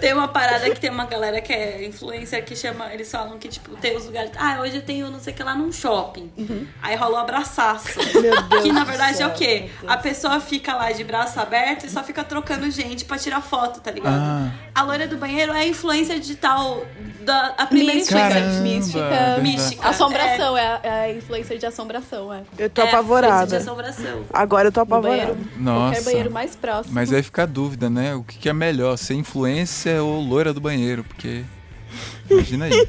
Tem uma parada que tem uma galera que é influencer que chama. Eles falam que, tipo, tem os lugares. Ah, hoje eu tenho não sei o que lá num shopping.
Uhum.
Aí rola um abraçaço.
Meu Deus
que na
do
verdade
céu,
é o quê? A pessoa fica lá de braço aberto e só fica trocando gente pra tirar foto, tá ligado?
Ah.
A loira do banheiro é a influencer digital da a primeira
Mística.
influencer.
Caramba,
mística,
verdade.
mística.
Assombração, é, a- é a influencer de assombração, é.
Eu tô
É, influencer
apavorada.
De assombração.
Agora eu tô
No
apavorada.
banheiro, qualquer
Nossa.
banheiro mais próximo.
Mas aí fica a dúvida, né? O que, que é melhor, ser influência ou loira do banheiro? Porque. Imagina aí.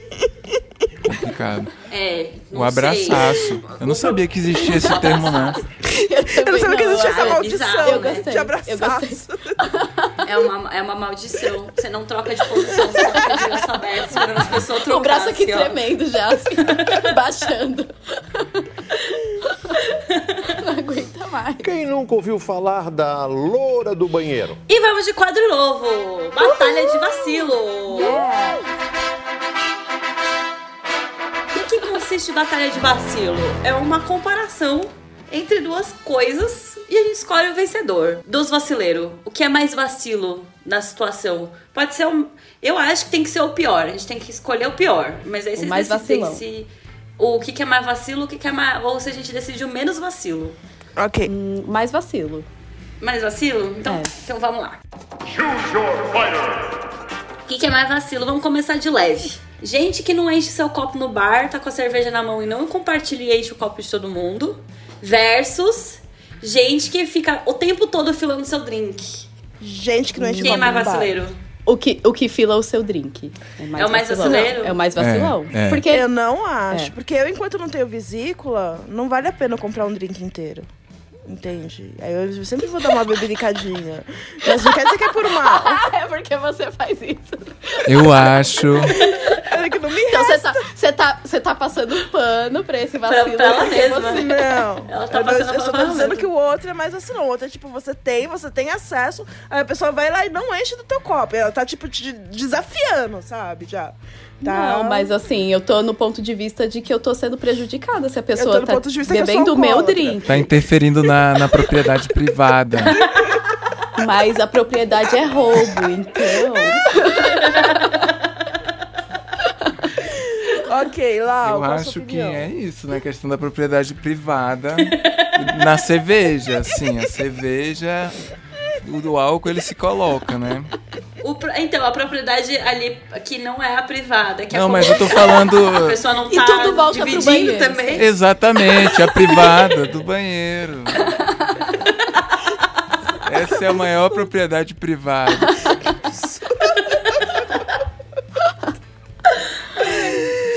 Complicado.
É, não
o Um abraçaço. Eu não sabia que existia esse termo, não.
Eu não sabia que existia essa
é bizarro,
maldição né?
eu
gostei,
de
eu
abraçaço.
sei. É uma, é uma maldição. Você não troca de posição, você fica de braço aberto esperando as pessoas trocarem.
O um braço aqui
assim, ó.
tremendo já, assim, baixando. Não aguenta mais.
Quem nunca ouviu falar da loura do banheiro?
E vamos de quadro novo. Batalha de vacilo. Em que consiste batalha de vacilo? É uma comparação entre duas coisas e a gente escolhe o vencedor. Dos vacileiros, o que é mais vacilo na situação? Pode ser um. Eu acho que tem que ser o pior. A gente tem que escolher o pior. Mas aí vocês
mais
decidem
vacilão.
se. O que, que é mais vacilo, o que, que é mais. Ou se a gente decide o menos vacilo.
Ok.
Hum, Mais vacilo.
Mais vacilo? Então,
É.
então vamos lá. O que, que é mais vacilo? Vamos começar de leve. Gente que não enche seu copo no bar, tá com a cerveja na mão e não compartilha e enche o copo de todo mundo. Versus gente que fica o tempo todo filando seu drink.
Gente que não é de
Quem é mais
copo no bar.
vacileiro?
O que, o que fila o seu drink?
É o mais
vacilão.
vacileiro?
É o mais vacilão.
É, é.
Porque
Eu não acho.
É.
Porque eu, enquanto não tenho vesícula, não vale a pena comprar um drink inteiro. Entende? Aí eu sempre vou dar uma bebericadinha. Mas não quer dizer que é por mal.
é porque você faz isso.
Eu acho.
É que não me
Então você tá, você tá, você tá passando pano pra esse vacilo.
pra ela
porque
mesma.
você-
Não.
Ela tá
eu,
passando
eu só
pano
tô dizendo
mesmo.
que o outro é mais assim, não. O outro é tipo, você tem, você tem acesso, aí a pessoa vai lá e não enche do teu copo. Ela tá, tipo, te desafiando, sabe? Já. Tá.
Não, mas assim, eu tô no ponto de vista de que eu tô sendo prejudicada se a pessoa
tô no
tá
ponto de vista que eu sou
bebendo o meu
alcoólatra.
drink.
Tá interferindo na, na propriedade privada.
Mas a propriedade é roubo, então.
Ok,
Ah,
Lau,
Eu
qual a sua
acho que
opinião?
é isso, né? A questão da propriedade privada na cerveja, assim, a cerveja, o do álcool ele se coloca, né?
O pro- então, a propriedade ali que não é a privada, que é
Não,
a
mas eu tô
comunitária.
falando-
A pessoa não
E
tá
tudo volta pro
dividindo
banheiro.
também.
Exatamente, a privada do banheiro. Essa é a maior propriedade privada.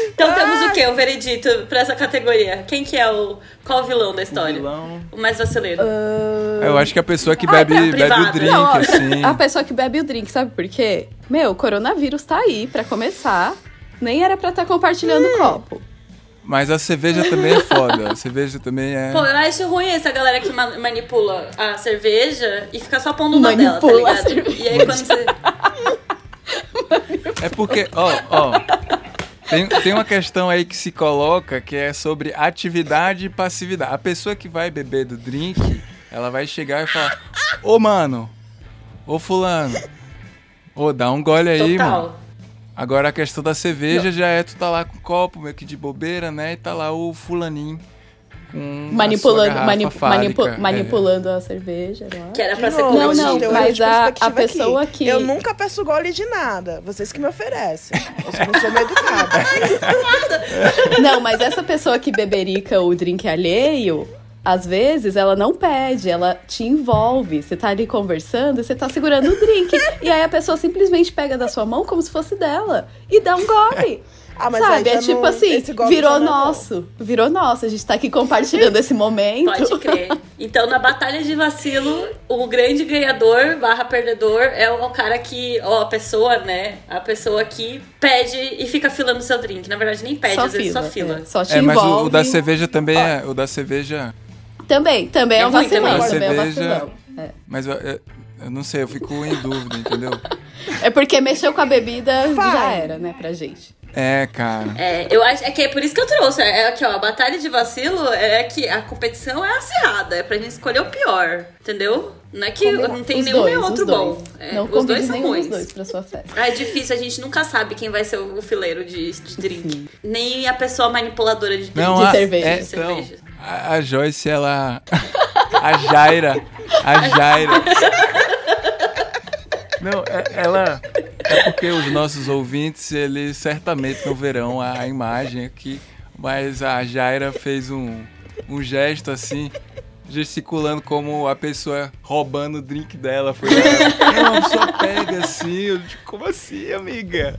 Então temos
Ah!
o quê? O veredito pra essa categoria. Quem que é o. Qual o vilão da história? O,
vilão.
mais vacileiro.
Ah.
Eu acho que a pessoa que
Ah,
bebe,
tá,
bebe o
privada.
drink,
Não, ó,
assim.
A pessoa que bebe o drink, sabe por quê? Meu, o coronavírus tá aí, pra começar. Nem era pra estar compartilhando
É.
o copo.
Mas a cerveja também é foda. A cerveja também é.
Pô, eu acho ruim essa galera que ma- manipula a cerveja e fica só pondo uma dela, tá
Manipula a
ligado?
cerveja.
E aí quando você.
É porque, ó, ó. Tem, tem uma questão aí que se coloca que é sobre atividade e passividade. A pessoa que vai beber do drink, ela vai chegar e falar: Ô, mano, ô, Fulano, ô, dá um gole aí, mano.
Total.
Agora a questão da cerveja já é tu tá lá com o copo meio que de bobeira, né? E tá lá o fulaninho com a
Manipulando,
sua garrafa
mani- manipu-
fálica. É.
manipulando a cerveja. Não é?
Que era pra
De
ser
novo,
Não,
comida.
não,
gente, eu
mas
olho de
a-
perspectiva
a pessoa que-
Eu nunca peço gole de nada. Vocês que me oferecem. Eu sou uma pessoa meio educada.
Não, mas essa pessoa que beberica o drink alheio, às vezes ela não pede, ela te envolve. Você tá ali conversando e você tá segurando o drink. E aí a pessoa simplesmente pega da sua mão como se fosse dela e dá um gole.
Ah, mas aí
Sabe?
já
É tipo
não-
assim,
esse golpe
virou
já não é bom.
nosso. Virou nosso. A gente tá aqui compartilhando esse momento.
Pode crer. Então, na batalha de vacilo, o grande ganhador barra perdedor é o cara que, ó, a pessoa, né? A pessoa que pede e fica filando seu drink. Na verdade, nem pede,
só
às vezes
fila.
só fila.
é. Só te
É, mas
envolve.
o, o da cerveja também é. O da cerveja.
Também, também é um
Eu também,
vacilão.
também.
Também é um
Cerveja.
vacilão.
Mas eu, eu- eu não sei, eu fico em dúvida, entendeu?
É porque mexeu com a bebida, já era, né, pra gente.
É, cara.
É, eu acho é que é por isso que eu trouxe. É que ó, a batalha de vacilo é que a competição é acirrada, é pra gente escolher o pior, entendeu? Não é que não tem
Os
nenhum
dois,
nem
os
outro
dois.
bom. É,
Não
os dois
convide
são
nenhum dos
ruins.
dois pra sua festa.
Ah, É difícil, a gente nunca sabe quem vai ser o o fileiro de, de drink. Nem a pessoa manipuladora de drink.
Não,
De
a,
cerveja.
é,
De
então,
cerveja.
a, a Joyce, ela. A Jaira. A Jaira. Não, é- ela. É porque os nossos ouvintes, eles certamente não verão a, a imagem aqui, mas a Jaira fez um, um gesto assim, gesticulando como a pessoa roubando o drink dela. Foi ela, não, só pega assim. Eu digo, como assim, amiga?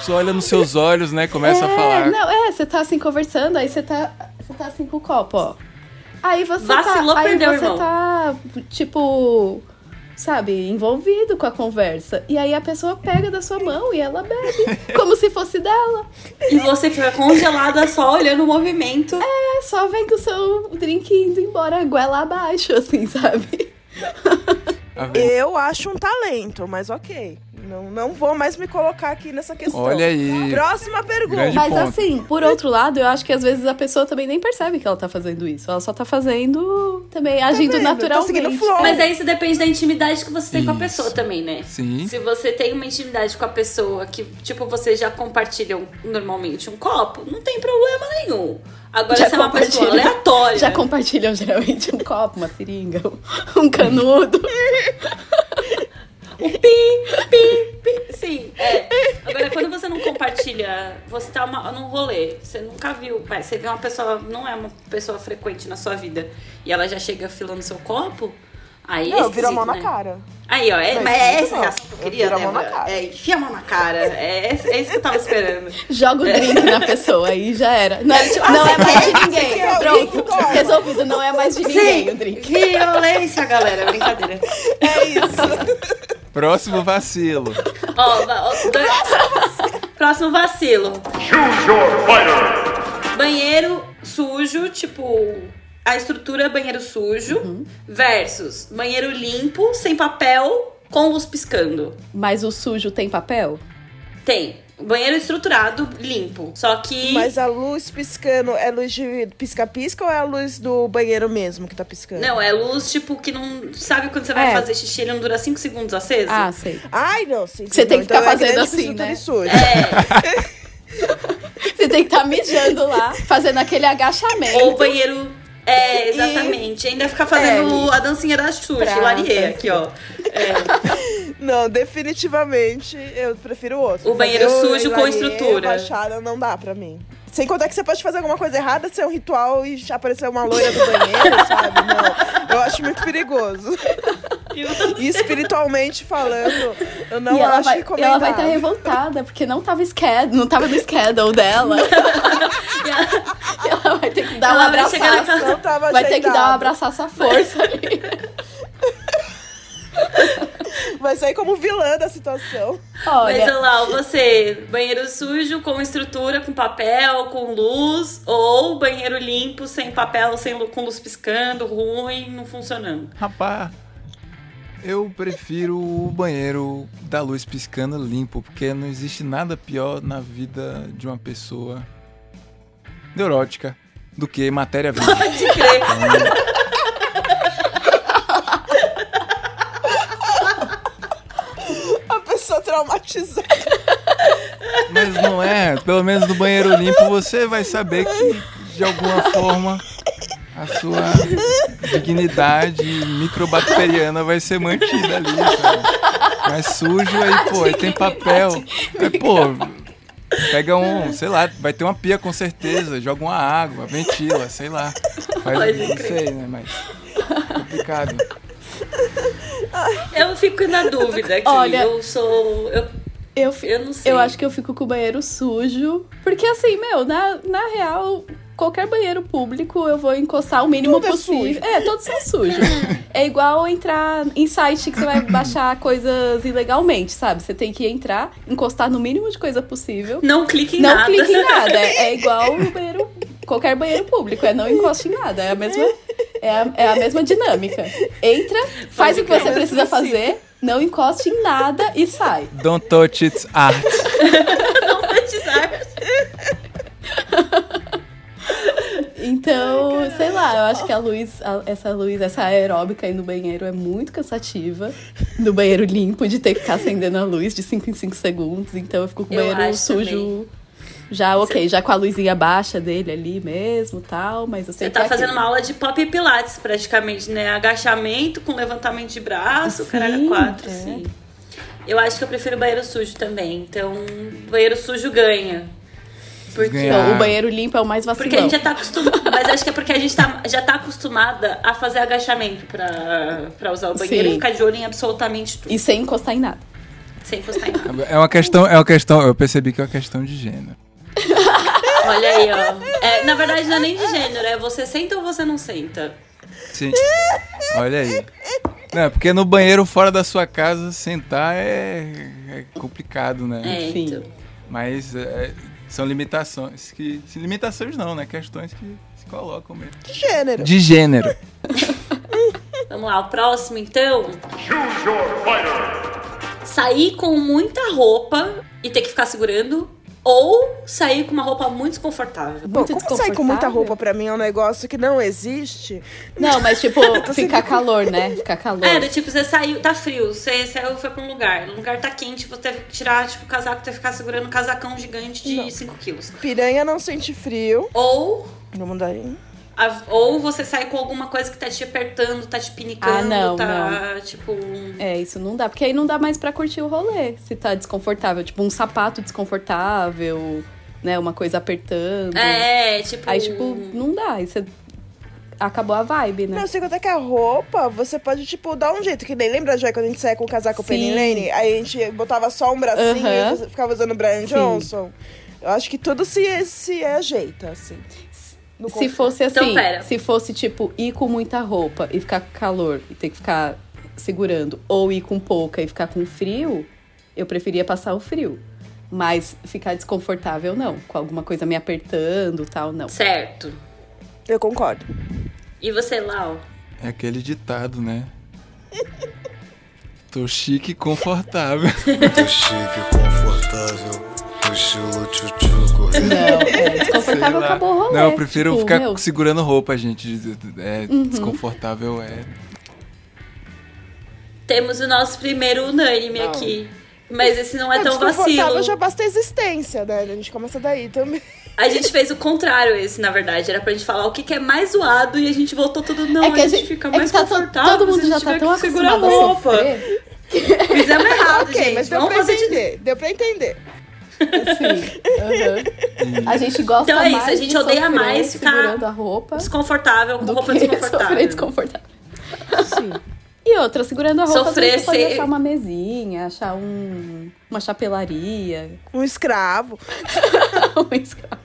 Só olha nos seus olhos, né? Começa a falar.
É, não, é, você tá assim conversando, aí você tá, você tá assim com o copo, ó. Aí você
Vacilou,
tá, aí
perdeu,
você
irmão.
tá tipo, sabe, envolvido com a conversa. E aí a pessoa pega da sua mão e ela bebe, como se fosse dela.
E você fica congelada só olhando o movimento.
É só vem com o seu drink indo embora, goela abaixo, assim, sabe?
A ver-
Eu acho um talento, mas ok. Não, não vou mais me colocar aqui nessa questão.
Olha aí.
Próxima pergunta.
Grande
Mas
ponto.
assim, por outro lado, eu acho que às vezes a pessoa também nem percebe que ela tá fazendo isso. Ela só tá fazendo também, agindo
vendo? Tá
naturalmente.
seguindo o flow.
Mas aí isso depende da intimidade que você tem com a
Isso.
pessoa também, né?
Sim.
Se você tem uma intimidade com a pessoa que, tipo, vocês já compartilham normalmente um copo, não tem problema nenhum. Agora,
Já
se é uma pessoa
compartilha.
aleatória.
Já compartilham geralmente um copo, uma seringa, um canudo.
O pi, pi, pi. Sim, é. Agora, quando você não compartilha, você tá uma, num rolê, você nunca viu. Vai, você vê uma pessoa, não é uma pessoa frequente na sua vida, e ela já chega filando seu copo, aí é
Não, vira a mão
esquisito,
na
né?
cara.
Aí, ó, é,
Mas
mas é
muito
essa
bom.
reação que eu
Eu
queria,
viro a mão na
Débora.
cara.
É, enfia a mão na cara. É, é isso que eu tava esperando.
Joga o drink na pessoa aí já era. Não é,
ah,
não é mais de ninguém.
quer?
Pronto.
Alguém que toma.
Resolvido, não é mais de ninguém o drink.
violência, galera. Brincadeira.
É isso.
Próximo vacilo.
Ó, va- ó, ba- próximo vacilo. Banheiro sujo, tipo. A estrutura é banheiro sujo versus banheiro limpo, sem papel, com luz piscando.
Mas o sujo tem papel?
Tem. Banheiro estruturado, limpo. Só que.
Mas a luz piscando é luz de pisca-pisca ou é a luz do banheiro mesmo que tá piscando?
Não, é luz, tipo, que não. Sabe quando você vai
É.
fazer xixi, ele não dura 5 segundos aceso?
Ah, sei.
Ai, não. Sim, sim,
Você tem
não.
que ficar
Então é
fazendo
grande
assim, né?
estrutura e sujo.
É.
Você tem que estar mijando lá, fazendo aquele
Ou
agachamento.
banheiro. então, É, exatamente. Ainda ficar fazendo a dancinha da Xuxa,
Pratas.
Larie, aqui, ó.
Não, definitivamente eu prefiro o outro.
O banheiro
Fazer
sujo com
lareira
estrutura.
Baixada não dá pra mim. Sem contar que você pode fazer alguma coisa errada, ser um ritual e aparecer uma loira do banheiro, sabe? Não, eu acho muito perigoso. E espiritualmente falando, eu não
e ela
acho
vai, e
recomendável.
ela vai estar revoltada, porque não tava, schedule, não tava no schedule dela.
E ela-
E ela vai ter que dar um
Ela vai chegar
abraçaço.
na-
Não tava
Vai ter que dar um
ajeitado.
abraçaço à força ali.
Vai sair como vilã da situação.
Olha,
Mas olha lá, você, banheiro sujo com estrutura, com papel, com luz, ou banheiro limpo, sem papel, sem lu- com luz piscando, ruim, não funcionando.
Rapaz, eu prefiro o banheiro da luz piscando limpo, porque não existe nada pior na vida de uma pessoa neurótica do que matéria viva.
Pode crer.
A pessoa traumatizada.
Mas não é, pelo menos no banheiro limpo você vai saber que de alguma forma a sua dignidade microbacteriana vai ser mantida ali, sabe? Mas sujo aí, pô, aí tem papel. Aí, pô, pega um, sei lá, vai ter uma pia com certeza, joga uma água, ventila, sei lá. Faz,
Pode
não
crer.
sei, né, mas complicado.
Eu fico na dúvida aqui.
Olha-
eu sou. Eu,
Eu, fi-
Eu não sei.
eu acho que eu fico com o banheiro sujo. Porque assim, meu, na, na real, qualquer banheiro público eu vou encostar o mínimo
Tudo é
possível. É, todos são sujos. é igual entrar em site que você vai baixar coisas ilegalmente, sabe? Você tem que entrar, encostar no mínimo de coisa possível.
Não clique em
não
nada.
clique em nada. É, é igual o banheiro. Qualquer banheiro público, é não encoste em nada. É a mesma, é a, é a mesma dinâmica. Entra, faz o que você precisa fazer, não encoste em nada e sai.
Don't touch its art.
Não monetizar.
Então, sei lá, eu acho que a luz, a- essa luz, essa aeróbica aí no banheiro é muito cansativa. No banheiro limpo, de ter que ficar acendendo a luz de 5 em 5 segundos. Então eu fico com o
Eu
banheiro
acho
sujo. Já, ok, já com a luzinha baixa dele ali mesmo tal, mas eu sei
Você
que
tá
é
fazendo
aquele-
uma aula de pop e pilates, praticamente, né? Agachamento com levantamento de braço,
Sim,
caralho, quatro,
é.
sim. Eu acho que eu prefiro banheiro sujo também. Então, banheiro sujo ganha. Porque
Ganha.
Então, o banheiro limpo é o mais vacilão.
Porque a gente já tá acostumada. Mas acho que é porque a gente tá- já tá acostumada a fazer agachamento pra, pra usar o banheiro
Sim.
e ficar de olho em absolutamente tudo.
E sem encostar em nada.
Sem encostar em nada.
É uma questão, é uma questão, eu percebi que é uma questão de gênero.
Olha aí, ó. É, na verdade, não é nem de gênero, é você senta ou você não senta.
Sim. Olha aí. Não, é porque no banheiro fora da sua casa sentar é, é complicado, né?
É,
Sim.
então.
Mas é, são limitações que. se- Limitações não, né? Questões que se colocam mesmo.
Que gênero.
De gênero.
Vamos lá, o próximo então. Sair com muita roupa e ter que ficar segurando. Ou sair com uma roupa muito desconfortável.
Bom,
Muito
como sair com muita
desconfortável.
roupa pra mim é um negócio que não existe.
Não, mas tipo, ficar calor, né? Ficar calor.
É, do tipo, você saiu, tá frio, você saiu foi pra um lugar, o lugar tá quente, você teve que tirar, tipo, o casaco, teve que ficar segurando um casacão gigante de 5 quilos.
Piranha não sente frio.
Ou,
Vamos mudar aí.
a- ou você sai com alguma coisa que tá te apertando, tá te pinicando,
Ah, não,
tá, tipo, um-
É, isso não dá, porque aí não dá mais pra curtir o rolê, se tá desconfortável, tipo um sapato desconfortável, né, uma coisa apertando.
É, tipo...
Aí tipo, não dá, aí você acabou a vibe,
Não,
né?
eu sei até que é a roupa, você pode, tipo, dar um jeito. Que nem lembra, Joy, quando a gente saia com o casaco
Sim.
Penny Lane? Aí a gente botava só um bracinho
Aham.
e você ficava usando o Brian
Sim.
Johnson. Eu acho que tudo se, se ajeita, assim. No
Se
conforto.
fosse assim,
Então, pera.
se fosse tipo ir com muita roupa e ficar com calor e ter que ficar segurando, ou ir com pouca e ficar com frio, eu preferia passar o frio. Mas ficar desconfortável não, com alguma coisa me apertando, tal, não.
Certo.
Eu concordo.
E você, Lau?
É aquele ditado, né? Tô chique e confortável.
Tô chique, confortável, no estilo tchutchu correto.
Não, é, desconfortável
Sei lá.
acabou o rolê.
Não, eu prefiro
Tipo,
ficar
meu, Uhum.
segurando roupa, gente. É desconfortável, é.
Temos o nosso primeiro unânime aqui. Mas esse não é
Ah,
tão vacilo.
desconfortável já basta a existência, né? A gente começa daí também.
A gente fez o contrário esse, na verdade. Era pra gente falar o que, que é mais zoado e a gente voltou tudo. Não,
é que
a, gente fica mais
é que tá to-
confortável.
Todo
se
mundo
a
já
gente
tá
tiver
tão
que segurar
acostumado a
roupa.
sofrer.
Fizemos errado,
ok,
gente.
mas deu
Vamos
pra
fazer de
entender. Deu pra entender.
Sim. aham. assim. A gente gosta
Então é
mais.
isso, a gente
de
odeia
sofrer
mais ficar
segurando a roupa
desconfortável, com
do
roupa
que
desconfortável.
sofrer desconfortável. Sim. E outra, segurando a roupa, às
Sofrer
vezes você pode
ser-
achar uma mesinha, achar um, uma chapelaria,
Um escravo.
um escravo.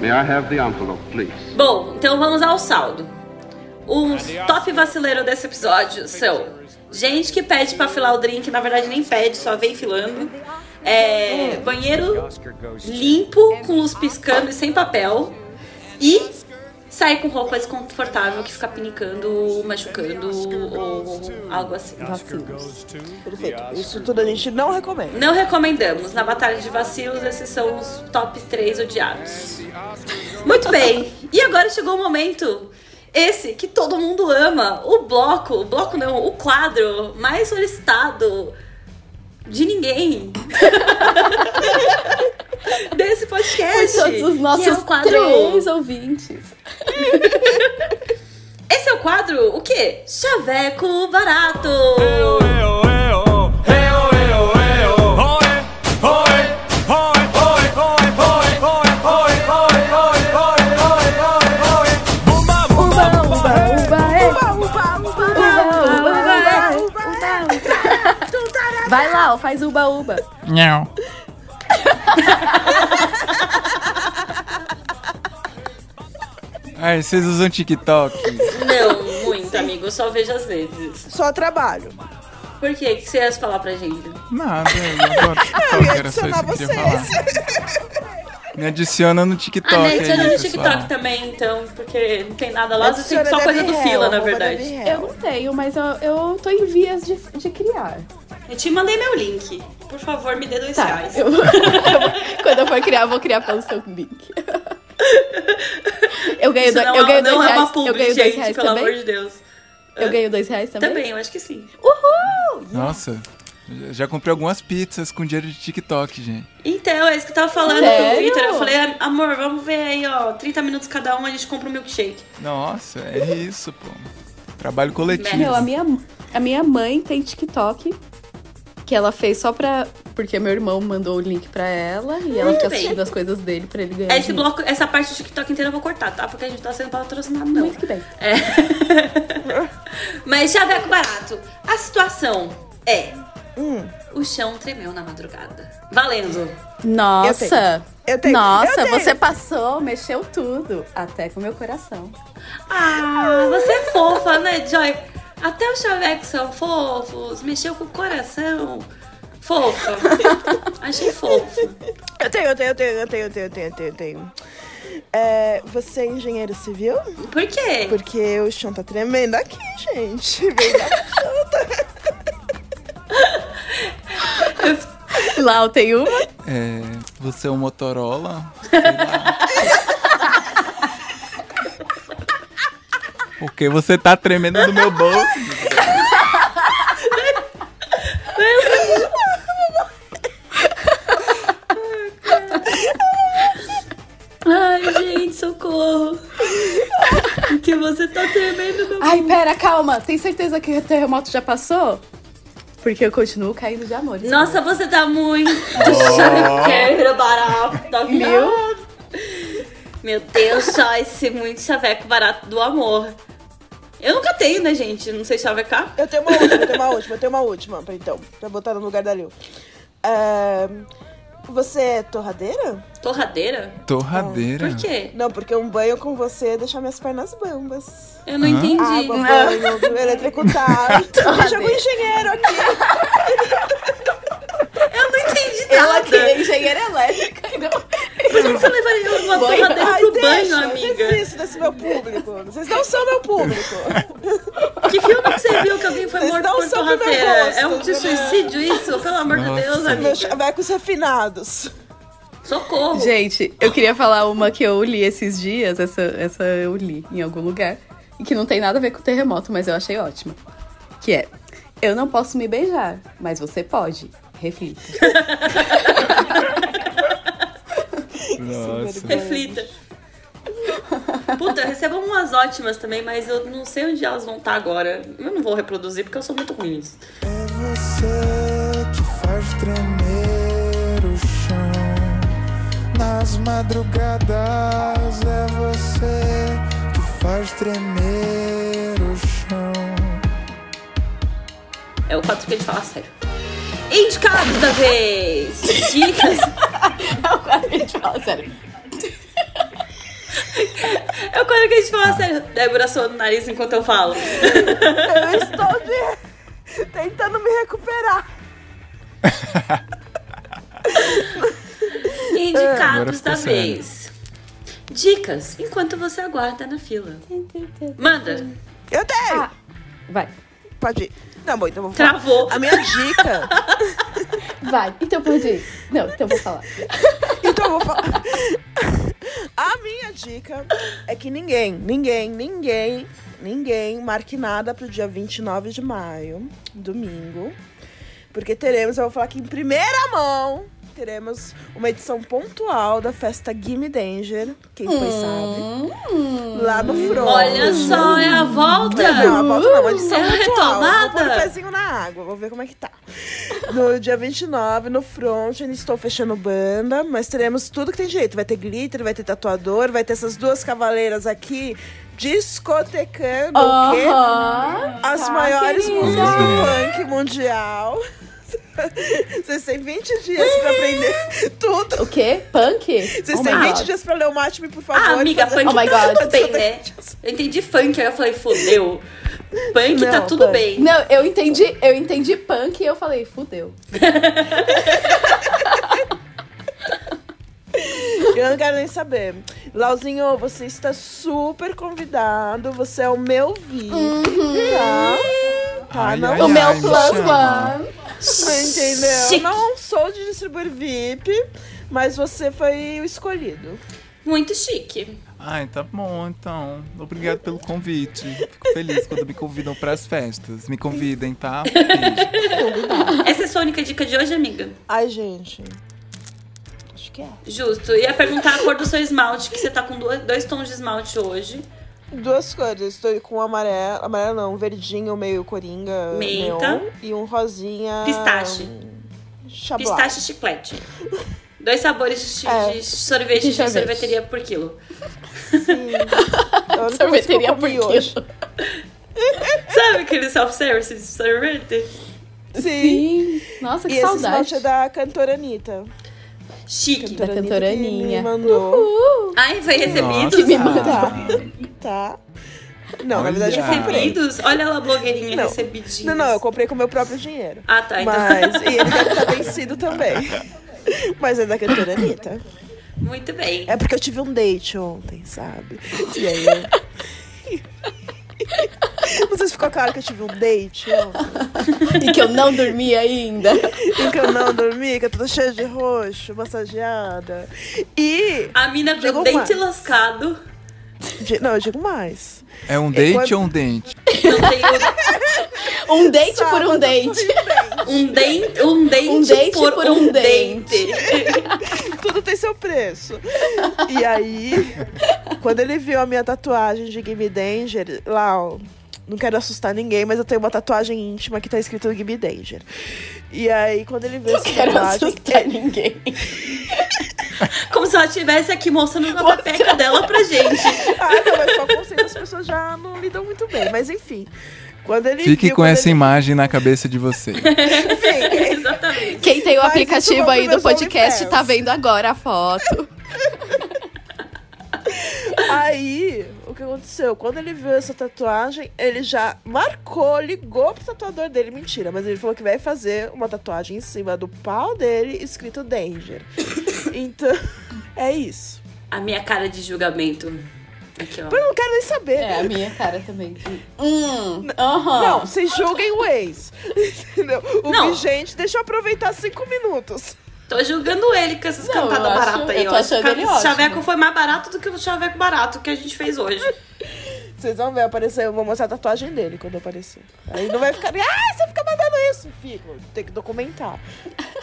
May I have the envelope, please?
Bom, então vamos ao saldo. Os top vacileiro desse episódio são gente que pede pra filar o drink, na verdade nem pede, só vem filando. É, banheiro limpo, com luz piscando e sem papel. E sair com roupa desconfortável que fica pinicando, machucando ou algo assim.
Vacilos.
Perfeito. Isso tudo a gente não recomenda.
Não recomendamos. Na batalha de vacilos, esses são os top 3 odiados. Muito bem. E agora chegou o momento. Esse que todo mundo ama. O bloco. O bloco não. O quadro mais solicitado de ninguém. Desse
Por
podcast.
todos os nossos
que é o quadro.
três ouvintes.
Esse é o quadro. O quê? Chaveco barato.
Uba, uba, uba,
Não, faz uba-uba.
Não. Ai, vocês usam TikTok?
Não, muito, amigo. Eu só vejo às vezes.
Só trabalho.
Por quê? O que você ia falar pra gente?
Nada, eu adoro
Ah, Eu ia
TikTok, era só isso que eu queria falar. Me adiciona no TikTok.
Ah, né?
aí,
Adiciona no
pessoal.
TikTok também, então, porque não tem nada
É
lá, só tem
Adiciona
só coisa
Debbie
do
Hell,
fila, na
arroba
verdade.
Eu não tenho, mas eu, eu tô em vias de, de criar.
Eu te mandei meu link. Por favor, me dê dois
Tá,
reais.
eu- Quando eu for criar, eu vou criar pelo seu link. Eu ganho,
Isso
do,
não
eu
é-
ganho
não é
dois
uma
reais.
publi,
eu ganho dois
gente,
reais
pelo
também.
amor de Deus.
Eu ganho dois reais também?
Também, eu acho que sim.
Uhul!
Nossa, já- já comprei algumas pizzas com dinheiro de TikTok, gente.
Então, é isso que eu tava falando
Sério?
com o Victor. Eu falei, amor, vamos ver aí, ó. 30 minutos cada um, a gente compra um milkshake.
Nossa, é isso, pô. Trabalho
Tá
coletivo.
Meu, a minha, a minha mãe tem TikTok que ela fez só pra. Porque meu irmão mandou o link pra ela e ela
Muito
fica
bem.
assistindo as coisas dele pra ele ganhar.
É Esse
dinheiro.
bloco, essa parte do TikTok inteira eu vou cortar, tá? Porque a gente tá sendo patrocinado, não. Muito
que bem.
É. Mas Chaveco Barato, a situação é... O chão tremeu na madrugada. Valendo.
Nossa!
Eu tenho.
Nossa,
Eu tenho.
você passou, mexeu tudo. Até com o meu coração.
Ah, você é fofa, né, Joy? Até os chavecos são fofos, mexeu com o coração. Fofa. Achei fofo.
Eu tenho, eu tenho, eu tenho, eu tenho, eu tenho, eu tenho, eu tenho, eu tenho. É, você é engenheiro civil?
Por quê?
Porque o chão tá tremendo aqui, gente. Veio da
Lá eu tenho uma.
É, você é um Motorola? Porque você tá tremendo do meu bolso.
Ai, gente, socorro. Que você tá tremendo no
Ai, pera, calma. Tem certeza que o terremoto já passou? Porque eu continuo caindo de amor.
Nossa, você tá muito
Oh.
chavequeira barato. Tá
Meu.
virado. Meu Deus, só esse muito chaveco barato do amor. Eu nunca tenho, né, gente? Não sei chavecar.
Eu tenho uma última, eu tenho uma última, eu tenho uma última, pra, então, pra botar no lugar da Lil. É, você é torradeira?
Torradeira?
Torradeira.
quê?
Não, porque um banho com você é deixar minhas pernas bambas.
Eu não
Hã? entendi.
Água,
Não.
banho, eletrocutado.
Tá
Deixa algum engenheiro aqui.
Eu não entendi nada.
Ela queria engenheira elétrica. e Não...
Por que você levaria uma
Banho?
torradeira
Ai,
pro
deixa,
banho, amiga?
Isso desse meu público. Vocês não são meu público.
Que filme que você viu que alguém foi
Vocês
morto
não
por
são do meu
torradeira?
gosto, né?
É um
entendeu?
suicídio isso? Pelo amor de Deus, amiga.
Meus chavecos refinados.
Socorro.
Gente, eu queria falar uma que eu li esses dias, essa, essa eu li em algum lugar, e que não tem nada a ver com o terremoto, mas eu achei ótima. Que é, eu não posso me beijar, mas você pode. Reflita.
Nossa.
Reflita. Puta, eu recebo umas ótimas também, mas eu não sei onde elas vão estar agora. Eu não vou reproduzir porque eu sou muito ruim nisso.
É você que faz tremer o chão nas madrugadas. É você que faz tremer o chão.
É o quadro que a gente fala sério. Indicados da vez! Dicas.
é o quadro que a gente fala sério.
É o quadro que a gente
Tá.
fala sério. Débora soa no nariz enquanto eu falo.
Eu estou de- tentando me recuperar. Ah,
Agora
Indicados
ficou
da
sério.
vez. Dicas enquanto você aguarda na fila. Manda.
Eu tenho.
vai.
Pode ir. Tá bom, então eu vou falar.
Ah. Travou.
A minha dica.
Vai, então pode ir. Não, então eu vou falar.
Então eu vou falar. A minha dica é que ninguém, ninguém, ninguém, ninguém marque nada pro dia 29 de maio, domingo. Porque teremos, eu vou falar aqui em primeira mão, teremos uma edição pontual da festa Gimme Danger. Quem foi sabe. Lá no Front.
Hum. Olha só, é a volta.
Não, não, a volta não, uma edição
É a
pontual. Vou pôr o
retomada.
pezinho na água, vou ver como é que tá. No dia 29, no front, ainda estou fechando banda, mas teremos tudo que tem direito. Vai ter glitter, vai ter tatuador, vai ter essas duas cavaleiras aqui discotecando o quê?
Aham,
As
tá,
maiores
querida.
músicas do punk mundial. Vocês têm 20 dias pra aprender tudo.
O quê? Punk?
Oh
Vocês têm 20 dias pra ler o Mátime, por favor.
Oh Ah, amiga,
fazer-
punk tá tudo bem, né? Eu entendi funk, aí eu falei, fodeu. Punk tá
Não,
tudo
punk.
bem.
Não, eu entendi, eu entendi punk e eu falei, fudeu.
Eu não quero nem saber. Lauzinho, você está super convidado. Você é o meu VIP, tá? Tá,
Ai,
não
ai, O meu ai, me plus chama. one.
Entendeu?
Chique.
Não sou de distribuir VIP, mas você foi o escolhido.
Muito chique.
Ai, tá bom, então. Obrigado pelo convite. Fico feliz quando me convidam pras festas. Me convidem, tá?
Essa é a sua única dica de hoje, amiga?
Ai, gente. Acho que é.
Justo. Ia perguntar a cor do seu esmalte, que você tá com duas- dois tons de esmalte hoje.
Duas cores. Estou com amarelo. Amarelo não, verdinho, meio coringa.
Menta.
neon, e um rosinha. hum,
Pistache.
Chablá.
Pistache e chiclete. Dois sabores de, chi- de sorvete
de
de,
sorvete.
sorveteria por quilo.
Eu não Sorveteria por quilo. Hoje.
Sabe aquele self-service de sorvete?
Sim.
Nossa, que
e
saudade.
esse esmalte é da cantora Anitta.
Chique.
Então.
Da cantora Aninha.
Me mandou.
Ai, foi recebido?
Que me mandou. Tá. Não, na verdade eu
Olha.
comprei.
Recebidos? Olha ela, blogueirinha,
não.
recebidinhos.
Não, não, eu comprei com o meu próprio dinheiro.
Ah, tá, então.
Mas, e ele deve estar vencido também. Mas é da cantora Anitta.
Muito bem.
É porque eu tive um date ontem, sabe? E aí. Eu... Não sei se ficou claro que eu tive um date ontem.
E que eu não dormi ainda.
E que eu não dormi, que eu tô cheia de roxo, massageada. E.
A mina com
Digo
o dente
mais.
lascado.
Di- Não, eu digo mais.
É um
É
date
quando-
ou um dente?
Um dente por um dente.
Um dente, um dente,
Um dente
por,
por
um
um
dente.
Tudo tem seu preço. E aí, quando ele viu a minha tatuagem de Gimme Danger, lá, ó, não quero assustar ninguém, mas eu tenho uma tatuagem íntima que tá escrito Gimme Danger. E aí, quando ele viu essa
quero
tatuagem.
assustar ninguém.
Como se ela estivesse aqui mostrando uma pepeca dela pra gente.
Ah, não, é só conceito, as pessoas já não lidam muito bem, mas enfim. Quando ele
Fique
viu,
com
quando
essa
ele...
imagem na cabeça de vocês.
Exatamente.
Quem tem o
Mas isso
aplicativo
vai
aí
pro
do
meus
podcast tá
OnlyFans.
vendo agora a foto.
Aí, o que aconteceu? Quando ele viu essa tatuagem, ele já marcou, ligou pro tatuador dele. Mentira, mas ele falou que vai fazer uma tatuagem em cima do pau dele, escrito Danger. Então, é isso.
A minha cara de julgamento. Aqui, ó.
Mas eu não quero nem saber.
É, a minha cara também.
N-
Hum. aham.
Não, vocês julguem o ex. Entendeu? O
Não.
vigente, deixa eu aproveitar cinco minutos.
Tô julgando ele com essas
Não,
cantadas
eu acho-
baratas aí,
eu
ó.
tô achando
Esse
ele ótimo.
chaveco foi mais barato do que o chaveco barato que a gente fez hoje.
Vocês vão ver aparecer, eu vou mostrar a tatuagem dele quando aparecer. Aí não vai ficar, ah, você fica mandando isso. Fico, tem que documentar.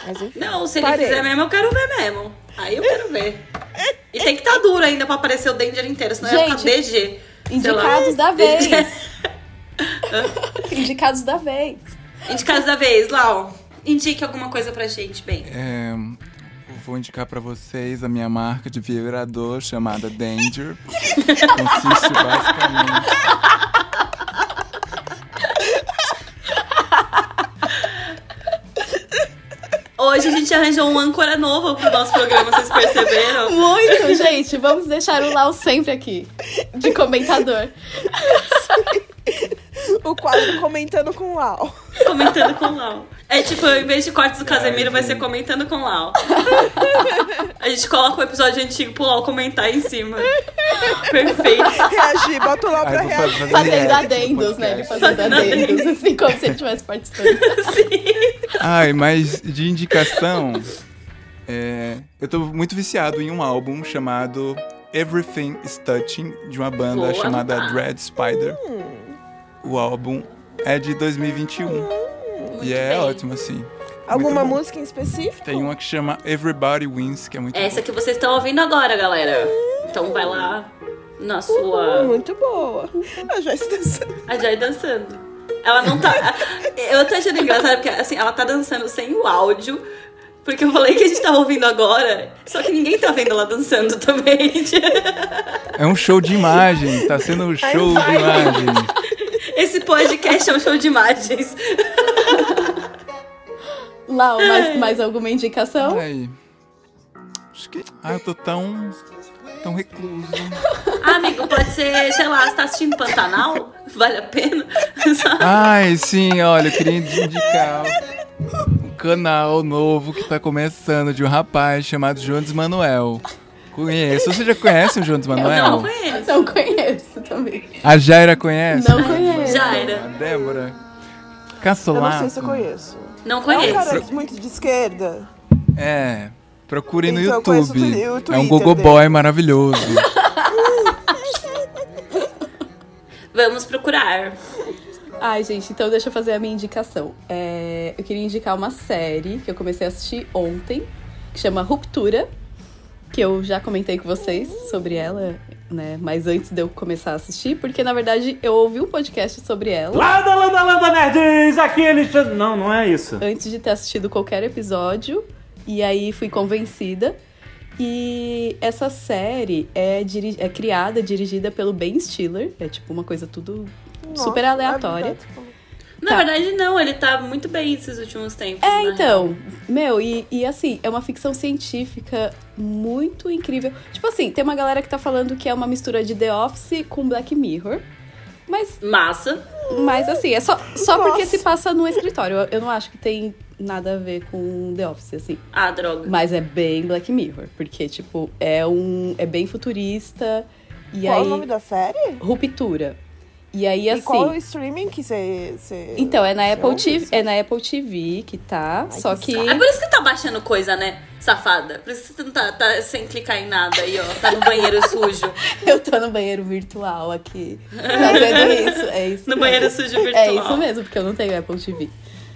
Mas enfim.
Não, se ele
parei.
fizer mesmo, eu quero ver mesmo. Aí eu quero ver. E tem que tá duro ainda pra aparecer o Danger inteiro, senão ia ficar
Gente,
DG. sei
Indicados
lá.
da vez. Indicados da vez.
Indicados da vez, Lau. Indique alguma coisa pra gente, bem.
É, eu vou indicar pra vocês a minha marca de vibrador chamada Danger. Consiste basicamente.
Hoje a gente arranjou um âncora novo pro nosso programa, vocês perceberam?
Muito, gente. Vamos deixar o Lau sempre aqui. De comentador.
O quadro comentando com o Lau.
Comentando com Lau. É tipo, em vez de cortes do Casemiro, vai ser comentando com Lau. A gente coloca o episódio antigo pro Lau comentar em cima. Perfeito.
Reagir, bota o Lau pra
Ai, vou fa-
reagir.
fazer
Fazendo
react do
adendos, né? Ele
tipo podcast.
fazendo adendos. Assim, como se ele estivesse participando.
Ai, mas de indicação, é, eu tô muito viciado em um álbum chamado Everything is Touching, de uma banda
Boa,
chamada
tá.
Dread Spider. O álbum é de 2021. e é ótimo, assim.
Alguma
Muito bom.
música em específico?
Tem uma que chama Everybody Wins, que é muito
Essa que vocês estão ouvindo agora, galera. Então vai lá na
É
Hum,
sua.
muito boa. A Joyce dançando.
A Joy dançando. Ela não tá. Eu tô achando engraçado porque assim, ela tá dançando sem o áudio. Porque eu falei que a gente tava ouvindo agora, só que ninguém tá vendo ela dançando também.
É um show de imagem, tá sendo um show de
vai.
imagem.
Esse podcast é um show de imagens.
Lau, mais, mais alguma
Então.
indicação?
Aí. Acho que. Ah, eu tô tão. tão recluso.
Ah, amigo, pode ser, sei lá, você tá assistindo Pantanal? Vale a pena?
Ah, Ai, sim, olha, eu queria indicar um canal novo que tá começando de um rapaz chamado Jones Manuel. Conheço. Você já conhece o Jones Manuel?
não conheço. Não conheço também.
A Jaira conhece?
Não conheço.
Jaira.
A Débora.
Eu
Caçolato.
não sei se eu conheço.
Não
É um cara
conheço.
muito de esquerda.
É. Procure no
Então, eu conheço o
YouTube.
twi- o
é
Twitter
um gogoboy maravilhoso.
Vamos procurar.
Ai, gente, então deixa eu fazer a minha indicação. É, eu queria indicar uma série que eu comecei a assistir ontem, que chama Ruptura, que eu já comentei com vocês sobre ela, né? Mas antes de eu começar a assistir, porque na verdade eu ouvi um podcast sobre ela.
Landa, landa, landa, nerds! Aqui é Alexandre... Não, não é isso.
Antes de ter assistido qualquer episódio, e aí fui convencida. E essa série é, diri- é criada, dirigida pelo Ben Stiller. É tipo uma coisa tudo
Nossa,
super
é
aleatória.
Na verdade, não, ele tá muito bem esses últimos tempos.
É,
né?
então, meu, e, e assim, é uma ficção científica muito incrível. Tipo assim, tem uma galera que tá falando que é uma mistura de The Office com Black Mirror. Mas.
Massa.
Mas assim, é só, só porque
Hum, Nossa.
se passa no escritório. Eu, eu não acho que tem nada a ver com The Office, assim.
Ah, droga.
Mas é bem Black Mirror, porque, tipo, é um. é bem futurista. E
qual
aí.
é o nome da série?
Ruptura. E aí,
E
assim.
qual é o streaming que você...
Então, é na Apple
ouve
TV. É na Apple TV que tá. só que.
É por isso que tá baixando coisa, né? Safada. Por isso que você não tá, tá sem clicar em nada aí, ó. Tá no banheiro sujo.
Eu tô no banheiro virtual aqui, fazendo isso, é isso.
No
mesmo.
banheiro sujo virtual.
É isso mesmo, porque eu não tenho Apple TV.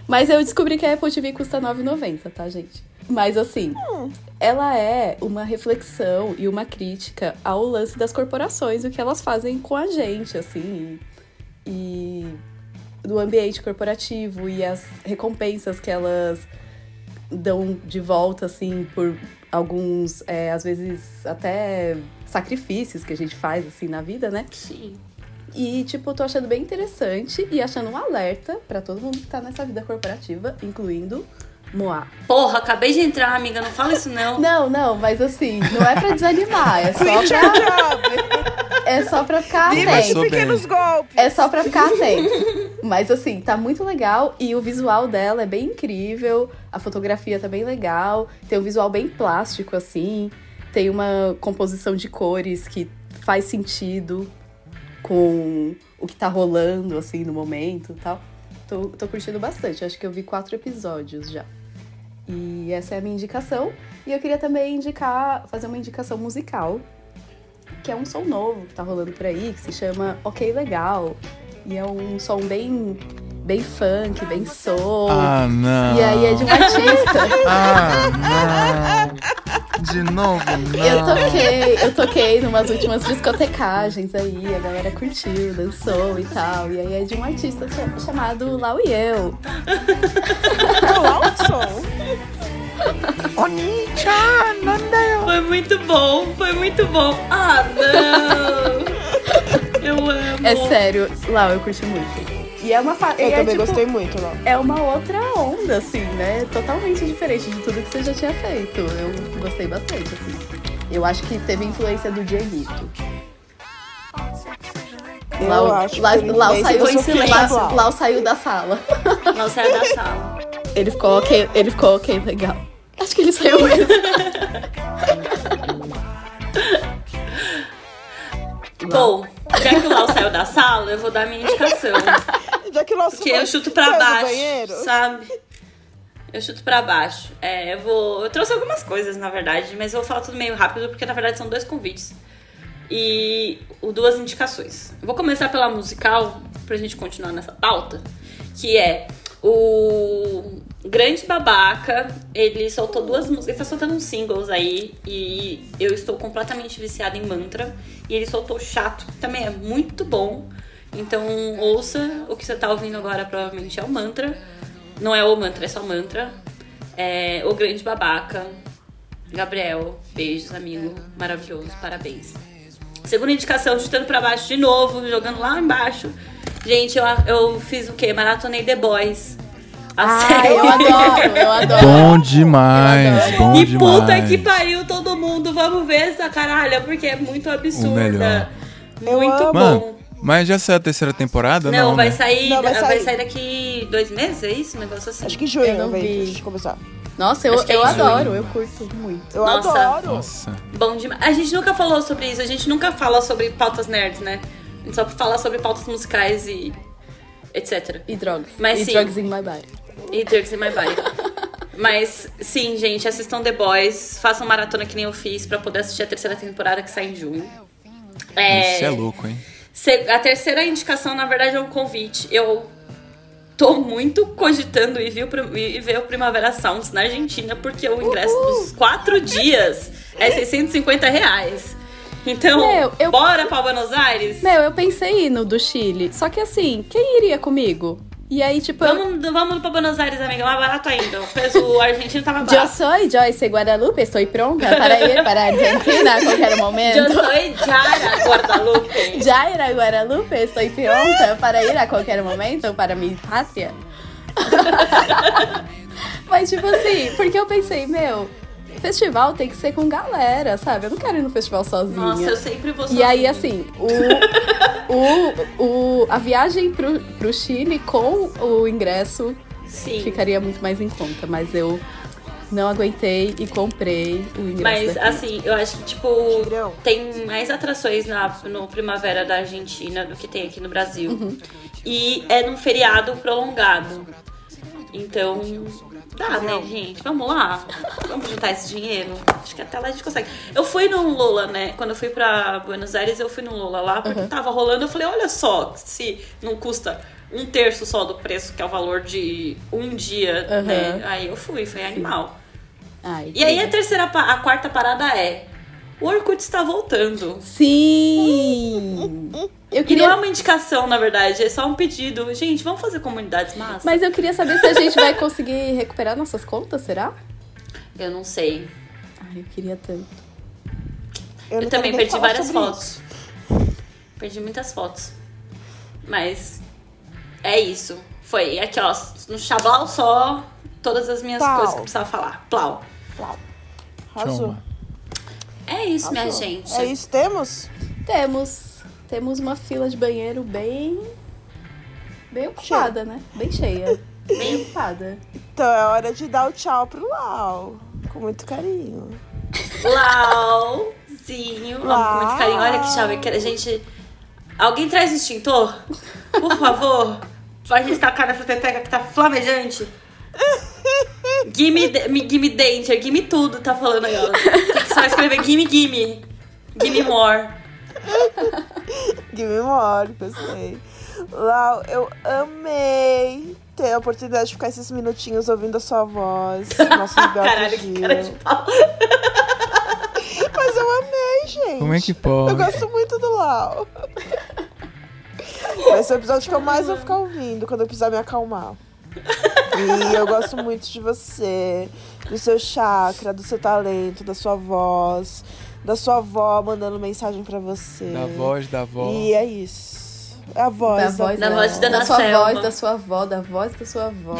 Mas eu descobri que a Apple TV custa R$ 9,90, tá, gente? Mas assim, ela é uma reflexão e uma crítica ao lance das corporações, o que elas fazem com a gente, assim, e, e do ambiente corporativo e as recompensas que elas dão de volta, assim, por alguns, é, às vezes, até sacrifícios que a gente faz, assim, na vida, né?
Sim.
E, tipo, eu tô achando bem interessante e achando um alerta pra todo mundo que tá nessa vida corporativa, incluindo Moá.
Porra, acabei de entrar, amiga. Não fala isso, não.
Não, não, mas assim, não é pra desanimar, é só
Quit
pra... É só pra ficar
Viva
atento.
os pequenos
golpes. É só pra ficar atento. Mas assim, tá muito legal e o visual dela é bem incrível, a fotografia tá bem legal, tem um visual bem plástico assim, tem uma composição de cores que faz sentido com o que tá rolando assim no momento, e tal. Tô, tô curtindo bastante, acho que eu vi quatro episódios já. E essa é a minha indicação. E eu queria também indicar, fazer uma indicação musical, que é um som novo que tá rolando por aí, que se chama Ok Legal. E é um som bem, bem funk, bem soul.
Ah, não.
E aí é de um artista.
Ah, não. De novo, não.
Eu toquei, eu toquei numas últimas discotecagens aí, a galera curtiu, dançou e tal. E aí é de um artista cha- chamado Lau e Eu. Lau
Foi muito bom, foi muito bom. Ah, não! Eu amo.
É sério, Lau, eu curti muito. E é uma fa...
Eu
e é,
também
tipo,
gostei muito, Lau.
É uma outra onda, assim, né? Totalmente diferente de tudo que você já tinha feito. Eu gostei bastante, assim. Eu acho que teve influência do Dieguito.
Eu
Lau,
acho que
Lau-
teve
Lau
influência
saiu,
do Sofia
Lau,
Lau.
Lau saiu da sala.
Lau saiu é da sala.
Ele ficou ok, ele ficou ok, legal. Acho que ele saiu mesmo.
Bom, já que o Lau saiu da sala, eu vou dar minha indicação.
Já que o Lau
Porque eu chuto
saiu
pra
do
baixo,
banheiro?
sabe? Eu chuto pra baixo. É, eu vou. Eu trouxe algumas coisas, na verdade, mas eu vou falar tudo meio rápido, porque na verdade são dois convites. E o- duas indicações. Eu Vou começar pela musical, pra gente continuar nessa pauta, que é o Grande Babaca. Ele soltou duas músicas, ele tá soltando uns singles aí, e eu estou completamente viciada em mantra. E ele soltou Chato, que também é muito bom. Então ouça, o que você tá ouvindo agora provavelmente é o mantra. Não é o mantra, é só mantra. É o Grande Babaca. Gabriel, beijos, amigo. Maravilhoso, parabéns. Segunda indicação, chutando pra baixo de novo, jogando lá embaixo. Gente, eu, eu fiz o quê? Maratonei The Boys. Ah,
eu adoro, eu adoro.
Bom demais, bom
e
demais.
puta que pariu todo mundo, vamos ver essa caralha, porque é muito
O melhor.
absurda. Muito bom.
Mano, mas já saiu a terceira temporada? Não,
Não, vai
né?
sair,
Não, vai
vai,
sair.
sair daqui dois meses, é isso? Um negócio assim.
Acho que em junho,
Eu não
vai
vi.
começar.
Nossa, eu,
Acho que é
eu
isso.
adoro, eu curto muito.
Eu
Nossa.
adoro.
Nossa.
Bom demais. A gente nunca falou sobre isso, a gente nunca fala sobre pautas nerds, né? A gente só fala sobre pautas musicais e etc.
E drogas.
Mas
e
sim.
drugs in my body.
E Drugs in My Body. Mas sim, gente, assistam The Boys, façam maratona que nem eu fiz pra poder assistir a terceira temporada que sai em junho.
Isso é louco, hein?
Se- A terceira indicação, na verdade, é um convite. Eu tô muito cogitando ir ver o, Prim- ir ver o Primavera Sounds na Argentina, porque o ingresso dos quatro dias é 650 reais. Então,
Meu, eu-
bora pra Buenos Aires?
Meu, eu pensei no do Chile. Só que assim, quem iria comigo? E aí, tipo, eu-
Vamos, vamos pra Buenos Aires, amiga, mais barato ainda. O peso argentino tava
Eu
barato.
sou Joyce Guadalupe, estou pronta para ir para a Argentina a qualquer momento.
Eu
então-
sou Jara Guadalupe.
Jaira Guadalupe, estou pronta para ir a qualquer momento para minha pátria. Mas, tipo assim, porque eu pensei, meu, festival tem que ser com galera, sabe? Eu não quero ir no festival sozinha.
Nossa, eu sempre vou
E aí,
sozinha.
assim, o, o, o, a viagem pro, pro Chile com o ingresso
Sim.
ficaria muito mais em conta, mas eu não aguentei e comprei o ingresso.
Mas,
daqui.
assim, eu acho que, tipo, tem mais atrações na, no Primavera da Argentina do que tem aqui no Brasil.
Uhum.
E é num feriado prolongado. Então, dá, né, gente? Vamos lá. Vamos juntar esse dinheiro. Acho que até lá a gente consegue. Eu fui num Lola, né? Quando eu fui pra Buenos Aires, eu fui num Lola lá, porque
Uhum.
tava rolando. Eu falei, olha só, se não custa um terço só do preço, que é o valor de um dia,
Uhum.
né? Aí eu fui, foi animal.
Ai,
E aí a terceira, pa- a quarta parada é. O Orkut está voltando.
Sim! Eu
E não é
queria.
uma indicação, na verdade, é só um pedido. Gente, vamos fazer comunidades massas?
Mas eu queria saber se a gente vai conseguir recuperar nossas contas, será?
Eu não sei.
Ai, eu queria tanto.
Eu,
não quero
também
nem
perdi
falar
várias
sobre
fotos. Perdi muitas fotos. Mas é isso. Foi aqui, ó, no chablau só, todas as minhas
Plau.
coisas que eu precisava falar. Plau.
Arrasou.
É isso, minha
Arrasou.
gente.
É isso, temos?
Temos. Temos uma fila de banheiro bem. Bem ocupada, né? Bem cheia. Bem ocupada.
Então é hora de dar o tchau pro Lau. Com muito carinho.
Lauzinho. Amo com muito carinho. Olha que chave que era. Gente, alguém traz um extintor? Por favor. Pra gente tacar nessa pepeca que tá flamejante. Gimme, de- me- gimme danger, gimme tudo, tá falando aí, ó. Tem que só escrever gimme, gimme. Gimme more.
Give me more, gostei. Lau, eu amei ter a oportunidade de ficar esses minutinhos ouvindo a sua voz. Nosso belo
Caralho, que cara de pau.
Mas eu amei, gente.
Como é que pode?
Eu gosto muito do Lau. Vai ser o episódio que eu mais vou ficar ouvindo quando eu precisar me acalmar. E eu gosto muito de você, do seu chakra, do seu talento, da sua voz, da sua avó mandando mensagem pra você.
Da voz da avó.
E é isso. É a voz.
Da
é a
voz da, da sua voz, da sua avó, da voz da sua avó.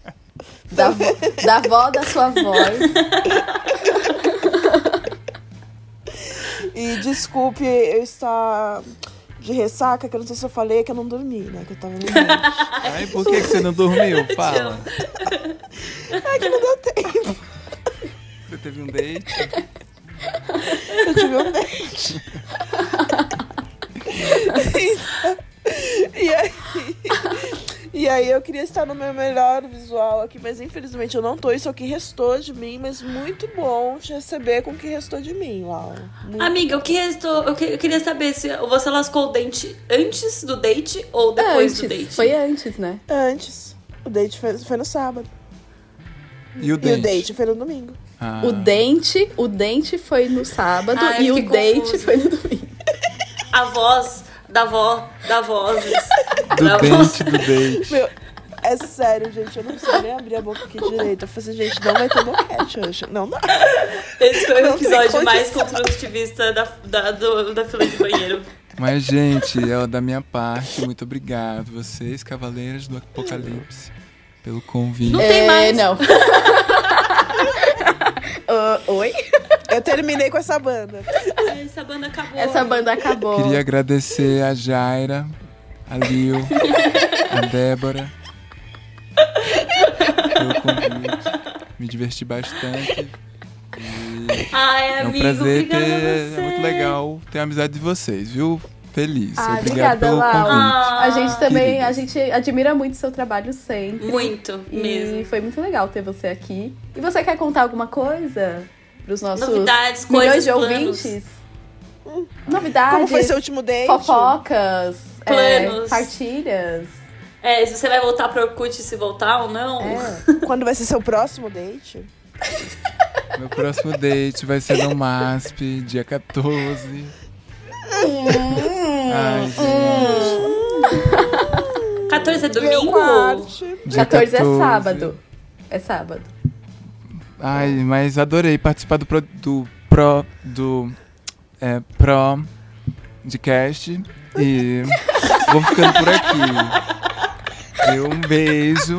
da, vo, da avó da sua voz.
E desculpe eu estar de ressaca, que eu não sei se eu falei que eu não dormi, né? Que eu tava no médico.
Ai, por que, que você não dormiu? Fala.
É que não deu tempo.
Você teve um date?
Eu tive um dente. e aí. E aí eu queria estar no meu melhor visual aqui, mas infelizmente eu não tô. Isso é o que restou de mim, mas muito bom te receber com o que restou de mim, Laura. Muito
Amiga, o que restou? Eu, que- eu queria saber se você lascou o dente antes do date ou depois do
Antes,
date?
Foi antes, né?
Antes. O date foi, foi no sábado.
E o
E o
dente?
date foi no domingo.
Ah.
O dente, o dente foi no sábado
Ah, eu
e o
fiquei
dente
confusa.
foi no domingo.
A voz da avó, da vozes. da
Do
voz.
dente, do dente.
Meu, é sério, gente. Eu não consigo nem abrir a boca aqui direito. Eu falei assim, gente, não vai ter boquete hoje. Não dá.
Esse foi o
Não tem
episódio mais
condição.
construtivista da, da, do- da fila de banheiro.
Mas, gente, é da minha parte, muito obrigado. Vocês, cavaleiros do Apocalipse, pelo convite.
Não
É,
tem mais.
Não.
Ah, oi? Eu terminei com essa banda.
Essa banda acabou.
Essa banda acabou.
Queria agradecer a Jaira, a Lil, a Débora. Pelo convite. Me diverti bastante. E
Ai,
é um
amigo,
prazer ter.
obrigada a
É
você.
muito legal ter a amizade de vocês, viu? Feliz.
Ah,
Obrigado
obrigada,
pelo
Lau.
convite.
a gente também,
Queridas.
a gente admira muito o seu trabalho sempre.
Muito,
e
mesmo.
foi muito legal ter você aqui. E você quer contar alguma coisa pros nossos
Novidades,
milhões
coisas,
de
planos.
ouvintes? Novidades.
Como foi seu último date?
Fofocas.
Planos.
é, partilhas. É.
É, se você vai voltar pro Orkut se voltar ou não.
Quando vai ser seu próximo date?
Meu próximo date vai ser no MASP, dia 14. Ai, gente.
14 é domingo?
Dia
14 é
14.
sábado. É sábado.
Ai, mas adorei participar do pro, do pro, do, é, pro de cast. E vou ficando por aqui. E um beijo.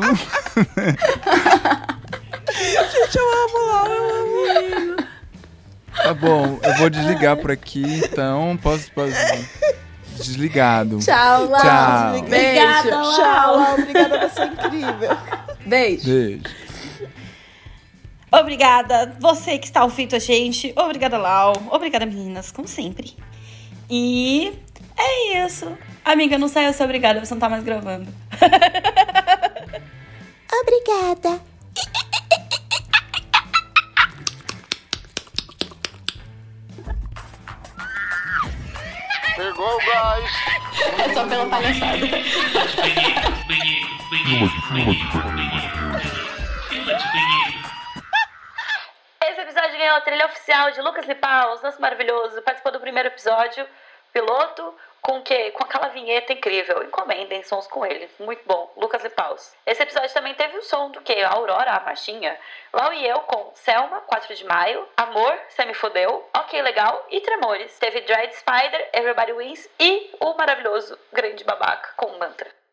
Gente, eu amo Lau, eu amo.
Tá bom, eu vou desligar por aqui, então posso, posso desligado.
Tchau, Lau.
Tchau.
Beijo.
Obrigada, Lau.
Tchau, Lau. Obrigada, você é incrível.
Beijo.
Beijo.
Obrigada, você que está ouvindo a gente. Obrigada, Lau. Obrigada, meninas, como sempre. E é isso. Amiga, não saiu, eu sou obrigada, você não tá mais gravando.
Obrigada.
Pegou o gás.
É só pela palhaçada.
Esse episódio ganhou a trilha oficial de Lucas Lipaus, nosso maravilhoso. Participou do primeiro episódio, piloto, com o quê? Com aquela vinheta incrível. Encomendem sons com ele. Muito bom. Lucas Lipaus. Esse episódio também teve o som do quê? A Aurora, a Marchinha. Lau e eu com Selma, 4 de maio. Amor, Cê Me Fodeu. Ok, legal. E Tremores. Teve Dread Spider, Everybody Wins e o maravilhoso Grande Babaca com Mantra.